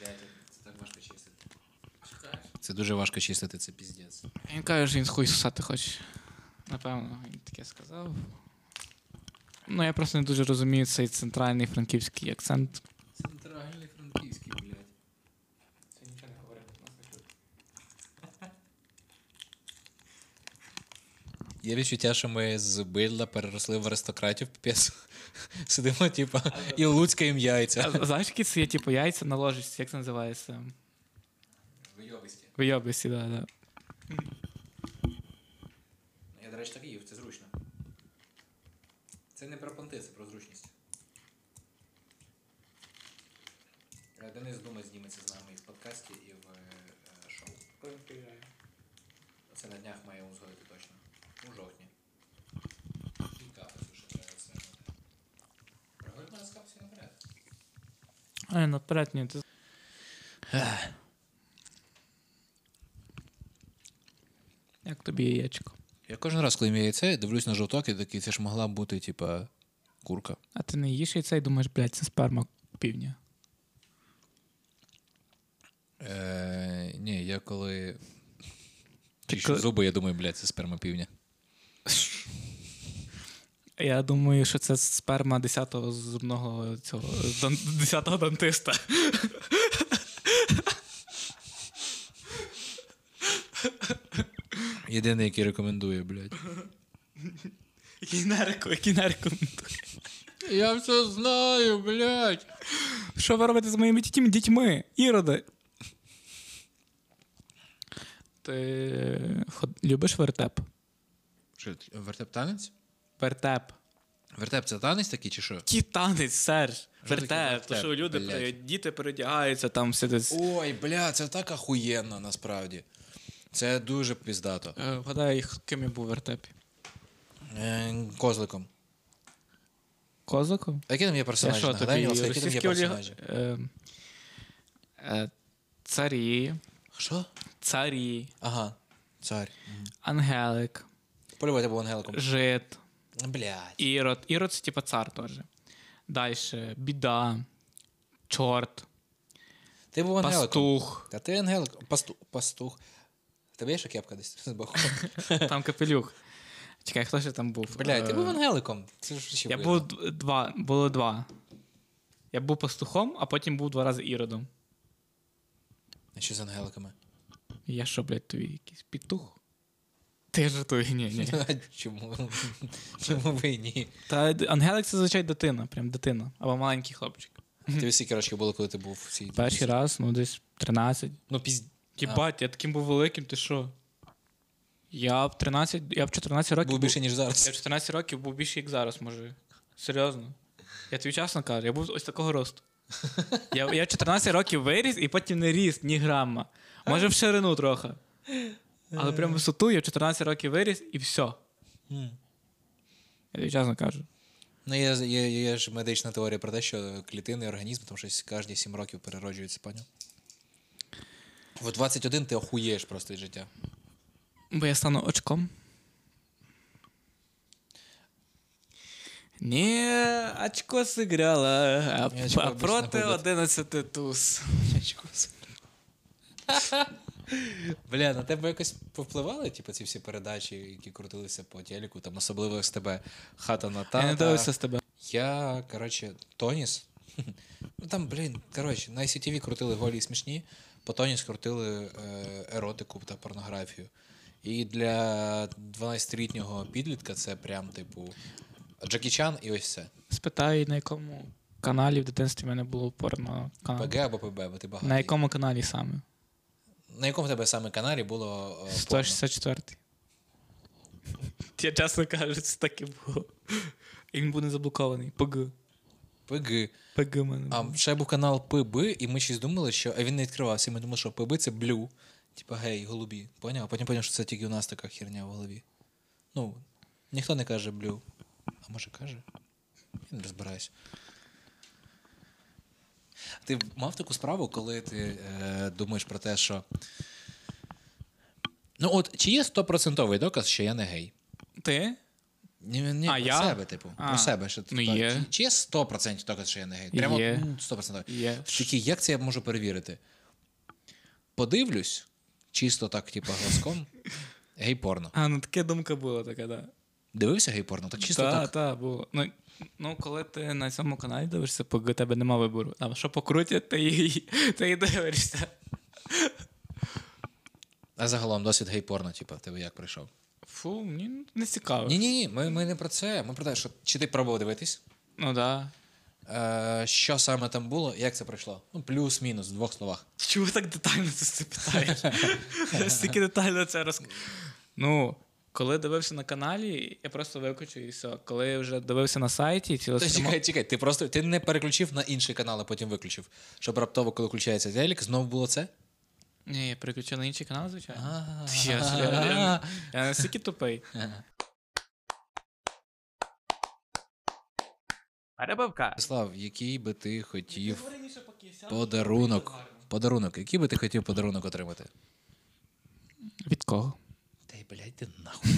A: Блядь, це так важко чистити. Це дуже важко чистити, це піздець.
B: Він каже, що він хуй сусати хоче. Напевно, він таке сказав. Ну, я просто не дуже розумію цей центральний франківський акцент.
A: Центральний франківський, блядь.
C: Це нічого не говорив. нас не чують.
A: Є відчуття, що ми з бидла переросли в аристократів, піпець. Сидимо, типа, і луцькаємо яйця.
B: А Знаєш, які це є, типу, яйця на ложечці, як це називається?
A: Вийобисті.
B: Вийобисті, да, да.
A: Я, до речі, так їв, це зручно. Це не про понти, це про зручність. Е, Денис Дума зніметься з нами і в подкасті, і в е, е, шоу.
C: Коли він приїжджає.
A: Це на днях має узгодити точно. У жовтні. І кафе дуже нравиться. Проходь нас капсі наперед.
B: Ай, наперед, ні, ну, ти. Як тобі яєчко?
A: Я кожен раз, коли мій яйце, дивлюсь на жовток і такий, це ж могла бути, типа, курка.
B: А ти не їш яйця і думаєш, блядь, це сперма півня.
A: Е, ні, я коли.
B: Ти
A: чищу
B: коли-
A: зуби, я думаю, блядь, це сперма півня.
B: Я думаю, що це сперма 10-го зубного цього 10-го дантиста.
A: Єдиний, який рекомендує, блядь.
B: Кінерику, кінерику.
A: Я все знаю, блядь.
B: Що ви робите з моїми дітьми? дітьми? Іроди. Ти ход- любиш вертеп?
A: Що, вертеп танець?
B: Вертеп.
A: Вертеп це танець такий чи що?
B: Який танець, Серж?
A: Що таке
B: Вертеп. То
A: вертеп,
B: що люди,
A: блядь?
B: при- діти передягаються, там все десь.
A: Ой, бля, це так ахуєнно насправді. Це дуже піздато.
B: Е, Вгадай, х- ким я був в вертепі.
A: Е, Козликом.
B: Козаком?
A: А які там є
B: Я
A: персонажі?
B: що
A: Нагадай,
B: тобі
A: будь ласка, які там є
B: російські
A: персонажі?
B: оліг- е, е, Царі,
A: Що?
B: царі,
A: Ага. Цар.
B: ангелик,
A: Полюбайте був ангеликом.
B: жит,
A: Блядь.
B: ірод. Ірод це типа цар теж. Далі біда, чорт,
A: Ти був ангеликом.
B: пастух.
A: Та ти ангелик. Пастух. Пастух. В Тебе є ще кепка десь збоку.
B: Там капелюх. Чекай, хто ще там був?
A: Блядь, ти
B: Е,
A: був ангеликом. Це ж ще
B: Я
A: видно.
B: був д- два, було два. Я був пастухом, а потім був два рази іродом.
A: А що з ангеликами?
B: Я що, блядь, тобі якийсь петух? Ти жартує, ні, ні.
A: Чому? Чому ви ні?
B: Та д- ангелик це звичайно дитина, прям дитина, або маленький хлопчик.
A: Тобі скільки рочків було, коли ти був в цій.
B: Перший раз, ну десь 13.
A: Ну, пізд...
B: Єбать, я таким був великим, ти що? Я в 13, я в 14 років.
A: Був більше, ніж
B: Я в
A: зараз.
B: 14 років був більше, як зараз, може. Серйозно. Я тобі чесно кажу, я був ось такого росту. Я, я в 14 років виріс і потім не ріс ні грама. Може, в ширину трохи. Але прям в висоту я в 14 років виріс і все. Я
A: М.
B: тобі чесно кажу.
A: Ну, є, є, є ж медична теорія про те, що клітини і організм там щось кожні 7 років перероджуються, поняв? В 21 ти охуєєш просто від життя.
B: Бо я стану очком. Не, очко сыграла, а,
A: Я очко
B: а
A: обычно
B: проти
A: ходит.
B: 11 туз.
A: Бля, на тебе якось повпливали, типу, ці всі передачі, які крутилися по телеку, там особливо з тебе хата на
B: Я не
A: тата.
B: дивився з тебе.
A: Я, коротше, тоніс. Ну там, блін, коротше, на ICTV крутили голі і смішні, по тоніс крутили е, еротику та порнографію. І для 12-літнього підлітка це прям, типу, Джекі Чан і ось це.
B: Спитаю, на якому каналі в дитинстві в мене було порно канал.
A: ПГ або ПБ, бо ти багатий.
B: На якому каналі саме?
A: На якому тебе саме каналі було е, порно?
B: 164. Я чесно кажу, це так і було. І він був не заблокований. ПГ.
A: ПГ.
B: ПГ в мене.
A: А
B: був.
A: ще був канал ПБ, і ми щось думали, що. А він не відкривався. і Ми думали, що ПБ це блю. Типа гей, голубі. Поняв? А потім поняв, що це тільки у нас така херня в голові. Ну, ніхто не каже блю. А може каже? Я не розбираюсь. Ти мав таку справу, коли ти е, думаєш про те, що. Ну, от чи є стопроцентовий доказ, що я не гей?
B: Ти?
A: Ні, ні,
B: А,
A: про
B: я?
A: себе, типу.
B: А.
A: Про себе. Що,
B: Ну,
A: так,
B: є.
A: Чи, чи є 100% доказ, що я не гей? Прямо ну,
B: Є.
A: м, 100%.
B: Є.
A: Такий, як це я можу перевірити? Подивлюсь, чисто так, типу, глазком. Гей-порно.
B: А, ну така думка була така, да.
A: Дивився гей-порно? Так чисто
B: та,
A: так.
B: Та, було. Ну, ну, коли ти на цьому каналі дивишся, поки тебе нема вибору. Там що покрутять, ти і, ти і дивишся.
A: А загалом досвід гей-порно, типу, в тебе як прийшов?
B: Фу, мені не цікаво.
A: Ні, ні, ні, ми, ми не про це. Ми про те, що чи ти пробував дивитись,
B: Ну так. Да.
A: е, що саме там було, як це пройшло? Ну, плюс-мінус, в двох словах.
B: Чому так детально ти це питаєш? Я Стільки детально це роз... Ну, коли дивився на каналі, я просто виключу і все. Коли я вже дивився на сайті,
A: Та
B: цілеспрямо...
A: чекай, чекай, ти просто ти не переключив на інший канал, а потім виключив. Щоб раптово, коли включається телек, знову було це?
B: Ні, я переключив на інший канал, звичайно.
A: А,
B: Я, я, я, я Е, настільки тупий. Перебавка.
A: Слав, який би ти хотів
C: раніше поки сяв.
A: подарунок? Подарунок, який би ти хотів подарунок отримати?
B: Від кого?
A: Та й блядь, ти нахуй.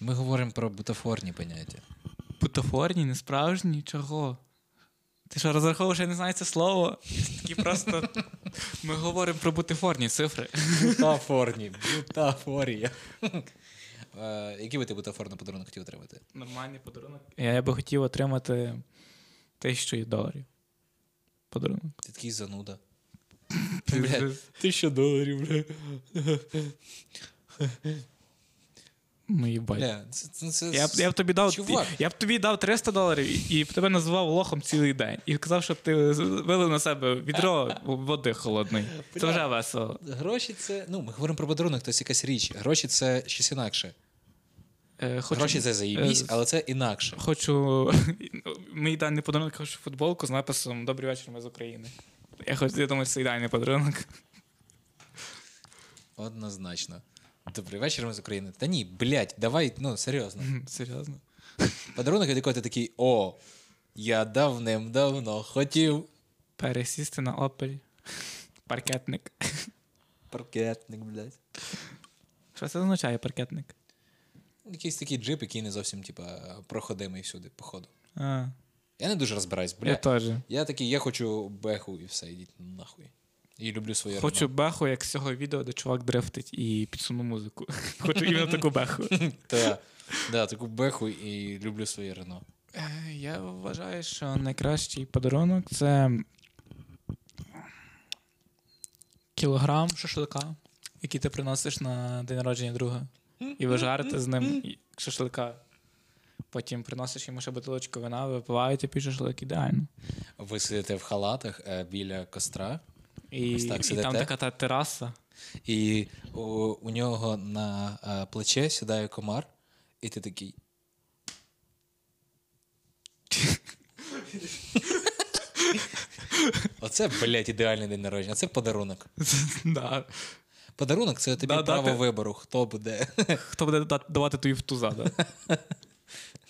A: Ми говоримо про бутафорні поняття.
B: Бутафорні, несправжні, чого? Ти що розраховуєш, що я не знаю це слово? Такі просто. Ми говоримо про бутафорні цифри.
A: Бутафорні, бутафорія. Е, Який би ти бутафорний подарунок хотів отримати?
B: Нормальний подарунок. Я би хотів отримати тисячу доларів. Подарунок.
A: Ти такий зануда. Тисяча доларів, бля.
B: Ну, їбать.
A: бля це, це, це,
B: Я б, я б тобі дав
A: Чувак.
B: я б тобі дав 300 доларів і, і б тебе називав лохом цілий день. І казав, щоб ти з- вилив на себе відро води холодної. Це вже весело.
A: Гроші це. Ну, ми говоримо про подарунок, то якась річ. Гроші це щось інакше.
B: Е, хочу-
A: Гроші це заїбісь,
B: е,
A: але це інакше.
B: Хочу мій ідеальний подарунок, я хочу футболку з написом Добрий вечір, ми з України. Я хочу, я думаю, це ідеальний подарунок.
A: Однозначно. Добрий вечір, ми з України. Та ні, блядь, давай, ну серйозно.
B: Серйозно.
A: Подарунок, від якого ти такий, о, я давним-давно хотів.
B: Пересісти на Opel. Паркетник.
A: Паркетник, блядь.
B: Що це означає паркетник?
A: Якийсь такий джип, який не зовсім, типа, проходимий всюди, походу.
B: А,
A: Я не дуже розбираюсь,
B: я
A: блядь.
B: теж.
A: Я такий, я хочу беху і все, ідіть нахуй. І люблю своє
B: Хочу
A: Рено.
B: беху, як з цього відео, де чувак дрифтить і підсуну музику. Хочу іменно таку беху.
A: Та, да, таку беху і люблю своє Рено.
B: Е, Я вважаю, що найкращий подарунок це кілограм шашлика, який ти приносиш на день народження друга. І ви жарите з ним і- шашлика. Потім приносиш йому ще бутилочку вина, випиваєте під шашлик ідеально.
A: Ви сидите в халатах е, біля костра,
B: І,
A: Ось так
B: і там
A: сидите?
B: така та тераса.
A: і у, у нього на е, плече сідає комар, і ти такий. Оце, блядь, ідеальний день народження. Це подарунок.
B: Да.
A: Подарунок це тобі
B: Да, да,
A: право
B: ти-
A: вибору, хто буде.
B: Хто буде да- давати тобі в туза, да?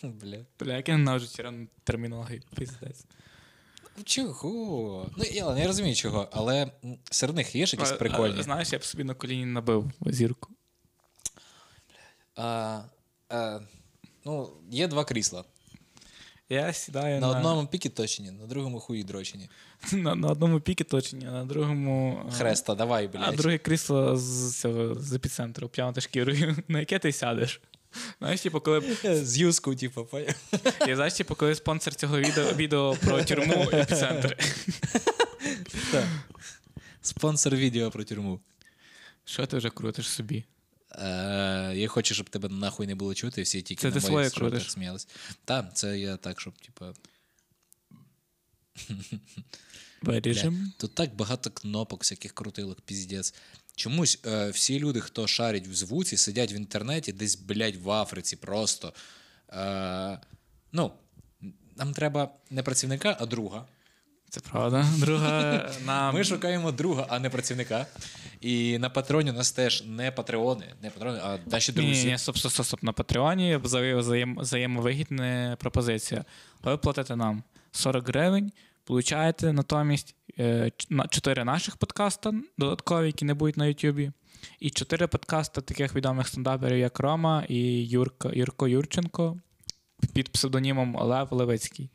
A: Бля.
B: Бля, як я ненавиджу тіран термінологи, піздець.
A: Чого? Ну, я, ладно, я розумію, чого, але м, серед них є ж якісь
B: А- а,
A: прикольні.
B: Знаєш, я б собі на коліні набив зірку.
A: А, а, ну, є два крісла.
B: Я сідаю
A: На одному піки точені, на другому хуї дрочені.
B: на, на одному піки точні, а на другому. е,
A: Хреста, давай,
B: А
A: блядь.
B: друге крісло з цього з епіцентру обтягнуте шкірою, на яке ти сядеш. Знаєш, типу, коли
A: З юзку, типу, поняв?
B: я знаєш, типу, коли спонсор цього відео, відео про тюрму епіцентр.
A: Спонсор відео про тюрму.
B: Що ти вже крутиш собі?
A: Е, я хочу, щоб тебе нахуй не було чути, всі тільки
B: Це
A: на
B: ти
A: моїх
B: своє
A: шортах
B: крутиш.
A: сміялись. Та, це я так, щоб, типу,
B: Виріжем.
A: тут так багато кнопок, всяких крутилок, піздець. Чомусь е, всі люди, хто шарить в звуці, сидять в інтернеті, десь, блядь, в Африці просто. Е, ну, нам треба не працівника, а друга.
B: Це правда. Друга на
A: Ми шукаємо друга, а не працівника. І на патроні у нас теж не патреони, не патрони, а наші
B: Ні,
A: друзі.
B: ні, ні, стоп, стоп, стоп, стоп. На Патреоні взає- взаєм- взаємовигідна пропозиція. Ви платите нам 40 гривень, получаєте натомість е, 4 наших подкаста додаткові, які не будуть на Ютубі, і 4 подкаста таких відомих стендаперів, як Рома і Юрко, Юрко Юрченко під псевдонімом Олег Левицький.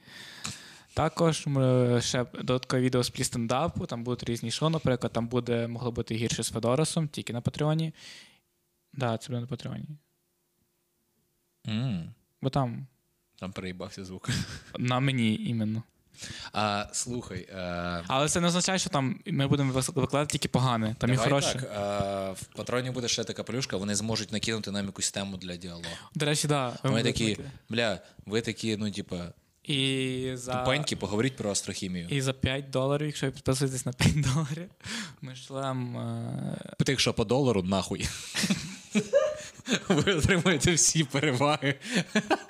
B: Також м, е, ще додаткове відео з плістендапу, там будуть різні шоу, наприклад, там буде, могло бути гірше з Федоросом, тільки на Патреоні. Да, це буде на Патреоні.
A: М,
B: Бо там
A: Там переїбався звук.
B: на мені іменно.
A: А, слухай, е,
B: Але це не означає, що там ми будемо вис- викладати тільки погане, там і
A: Давай
B: хороше.
A: Так, е, в патроні буде ще така плюшка, вони зможуть накинути нам якусь тему для діалогу.
B: До речі, да.
A: Ми
B: будете
A: такі,
B: такі.
A: бля, ви такі, ну, типа,
B: І за...
A: тупенькі, поговоріть про астрохімію.
B: І за 5 доларів, якщо ви підписуєтесь на 5 доларів, ми шлем. е,
A: Тих, що Типу, по долару, нахуй. Ви отримаєте всі переваги.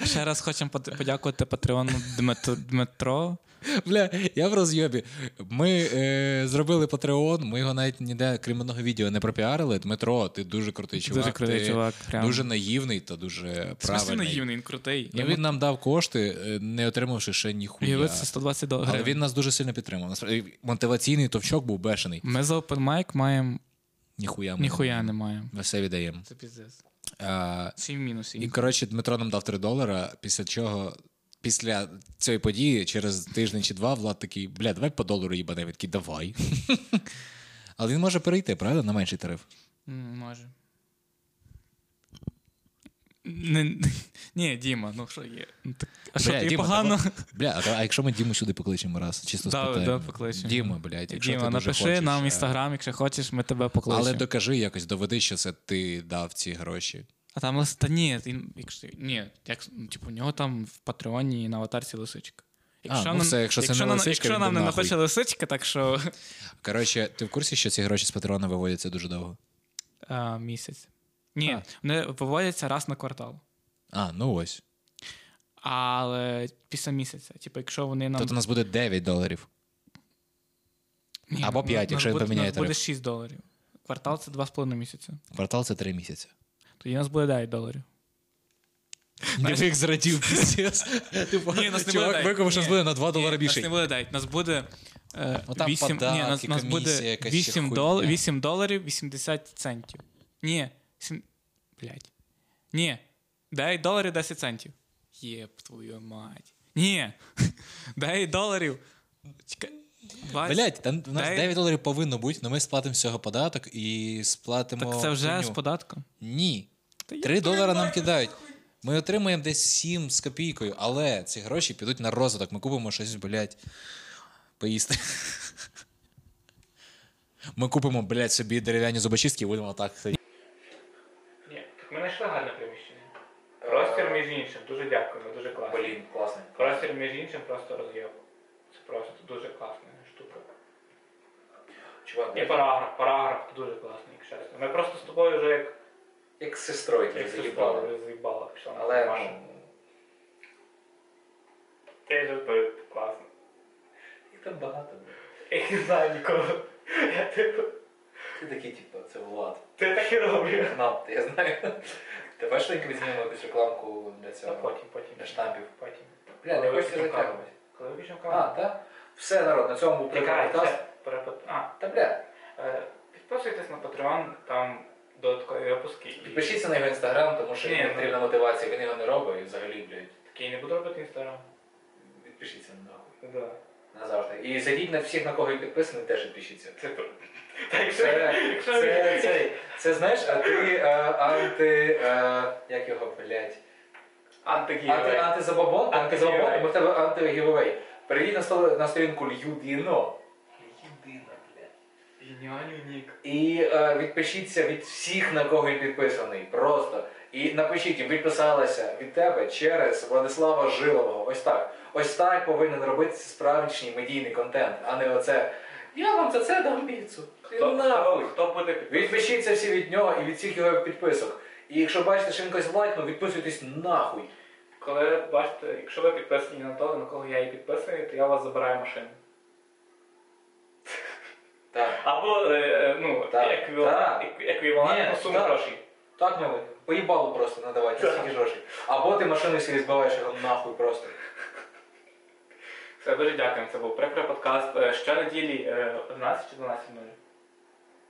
B: Ще раз хочемо пот- подякувати патреону Дмитро. Дмитро.
A: Бля, я в розйобі. Ми е, зробили Патреон, ми його навіть ніде, крім одного відео, не пропіарили. Дмитро, ти дуже крутий чувак.
B: Дуже крутий
A: ти
B: чувак, прям.
A: Дуже наївний та дуже
B: В смислі
A: правильний.
B: наївний, він крутий.
A: І він нам дав кошти, е, не отримавши ще ніхуя.
B: Уявив, це 120 доларів.
A: Але він нас дуже сильно підтримав. Насправді мотиваційний товчок був бешений.
B: Ми за Open Mic маємо
A: Ніхуя ми
B: ніхуя не маємо.
A: Ми все віддаємо.
B: Це піздець.
A: А,
B: Всі в мінусі.
A: і коротше, Дмитро нам дав 3 долара, після чого. Після цієї події, через тиждень чи два, Влад такий, бля, давай по долару їбане. Він такий, давай. Але він може перейти, правда, на менший тариф.
B: М, Може. Не, ні, Діма, ну що є? Ну, так, а що
A: Бля,
B: тобі
A: Діма,
B: погано?
A: Бля, а- а якщо ми Діму сюди покличемо раз, чисто
B: Да,
A: спитаємо.
B: да, покличемо.
A: Діма, блядь, якщо
B: Діма,
A: ти дуже
B: напиши
A: хочеш,
B: нам в
A: е,
B: інстаграм, якщо хочеш, ми тебе покличемо.
A: Але докажи якось, доведи, що це ти дав ці гроші.
B: А там лис- та ні, ти- якщо ні, як ну, типу, у нього там в Патреоні на аватарці лисичка.
A: ну все, якщо це не
B: нам-
A: лисичка,
B: якщо
A: він
B: нам
A: був
B: не
A: нахуй.
B: напише лисичка, так що
A: Коротше, ти в курсі, що ці гроші з Патреона виводяться дуже довго?
B: а, е, місяць. Ні, вони виводяться раз на квартал.
A: А, ну ось.
B: Але після місяця, типу, якщо вони нам
A: Тут у нас буде 9 доларів.
B: Ні,
A: Або
B: ну,
A: п'ять,
B: ну,
A: якщо він
B: буде-
A: поміняє
B: ну, Буде
A: тариф.
B: 6 доларів. Квартал це 2,5 місяці.
A: Квартал це 3 місяці.
B: Тоді у нас буде 9 доларів.
A: Дивик зрадів піздец. Типу,
B: Ні, нас не буде
A: чувак
B: навіть.
A: викупив, що
B: Ні.
A: буде на 2 долари
B: Нас не
A: більше.
B: буде 9, нас буде е,
A: Ну, там
B: 8,
A: податки,
B: ні, нас, нас
A: комісія,
B: буде
A: якась ще
B: 8,
A: хуйня.
B: дол, 8 доларів 80 центів. Ні, 7, блядь. Ні, 9 доларів 10 центів. Єп твою мать. Ні, 9 доларів. Чекай, 20.
A: Блять, там у нас
B: Дай-
A: 9 доларів повинно бути, але ми сплатимо всього податок і сплатимо.
B: так це вже
A: ну, хуйню.
B: з податком.
A: Ні.
B: Та я
A: 3 долари нам кидають. Ми отримаємо десь 7 з копійкою, але ці гроші підуть на розвиток. Ми купимо щось, блядь, поїсти. Ми купимо, блядь, собі дерев'яні зубочистки і будемо так. сидіти.
B: Ні, так ми знайшли гарне приміщення. Простір, між іншим, дуже дякуємо, дуже класно. Блін, класно. Простір, між іншим, просто роз'єм. Це просто дуже класна штука.
D: Чувак,
B: І
D: як,
B: параграф, параграф дуже класний, якщо чесно. Ми просто з тобою вже як
D: як з сестрою тебе
B: як заїбала,
D: заїбали.
B: вже заїбала пішла.
D: Але
B: наша.
D: ну,
B: Ти вже то класно.
D: їх там багато. було.
B: Я не знаю нікого. Я типу,
D: Ти такий, типу, це Влад.
B: ти так і роблю.
D: Нам, я знаю. Тебе швидко візьмемо якусь рекламку для
B: Та
D: цього.
B: потім, потім.
D: Для штампів.
B: Потім.
D: Бля, не
B: Коли
D: хочеться
B: вийшов
D: затягувати.
B: Коли вийшов
D: А,
B: камеру.
D: так? Все, народ, на цьому був прикольний
B: Чекай,
D: подкаст.
B: це перепит... А,
D: Та бля,
B: е, підписуйтесь на Patreon, там додаткові випуски. І-
D: підпишіться на його інстаграм, тому що
B: Ні,
D: йому
B: ну.
D: потрібна мотивація, він його не робить і взагалі, блядь,
B: Такий не буду робити інстаграм.
D: відпишіться нахуй.
B: Да.
D: Назавжди. І зайдіть на всіх, на кого він підписаний, теж відпишіться.
B: Це про- Так що,
D: Це,
B: якщо
D: це, це, це знаєш, а ти е, анти. Е, як його, блядь? Анти,
B: антигівей.
D: антизабабон, антизабабон,
B: Антигівей.
D: ми в тебе антигівей. Перейди на, стол- на сторінку Льюдіно. Льюдино, блядь.
B: Геніальний нік.
D: І е, відпишіться від всіх, на кого він підписаний. Просто. І напишіть, відписалася від тебе через Владислава Жилового. Ось так. Ось так повинен робитися справжній медійний контент, а не оце. Я вам за це дам піцу. Ти нахуй.
B: Хто буде
D: Відпишіться всі від нього і від всіх його підписок. І якщо бачите, що він когось лайкнув, відписуйтесь нахуй.
B: Коли бачите, якщо ви підписані на того, на кого я і підписаний, то я у вас забираю машину.
A: Так.
C: Або е, е, ну,
A: Так,
C: еквівалент,
A: так.
C: ек- еквівалент
A: Ні,
C: по сумі
A: так.
C: грошей.
A: Так, милий, поїбало просто надавати, стільки грошей. Або ти машину собі збиваєш його нахуй просто.
C: Все, дуже дякуємо. Це був прикрий подкаст. Е, Щонеділі е, 11 чи 12.00?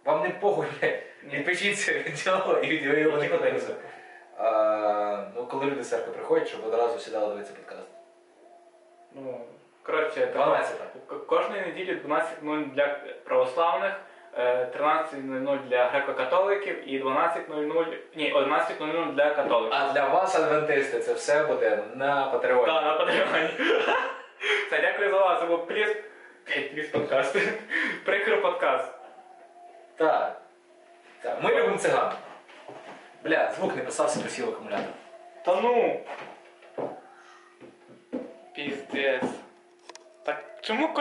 A: Вам не похуй, блядь. Відпишіться від цього і від його
C: Які
A: не
C: години?
A: А, Ну, коли люди з церкви приходять, щоб одразу сідали дивитися подкаст.
C: Ну, коротше,
A: 12.
C: К- Кожної неділі 12.00 для православних, е, 13.00 для греко-католиків і 12.00, ні, 11.00 для католиків.
A: А для вас, адвентисти, це все буде на Патреоні.
C: Так, на Патреоні. Це дякую за увагу, це був пліс... Блядь, Пліс подкаст. Прикро подкаст.
A: Так. Так. Ми любимо циган. Бля, звук не писався, присів акумулятор.
C: Та ну. Піздець. Так чому кож-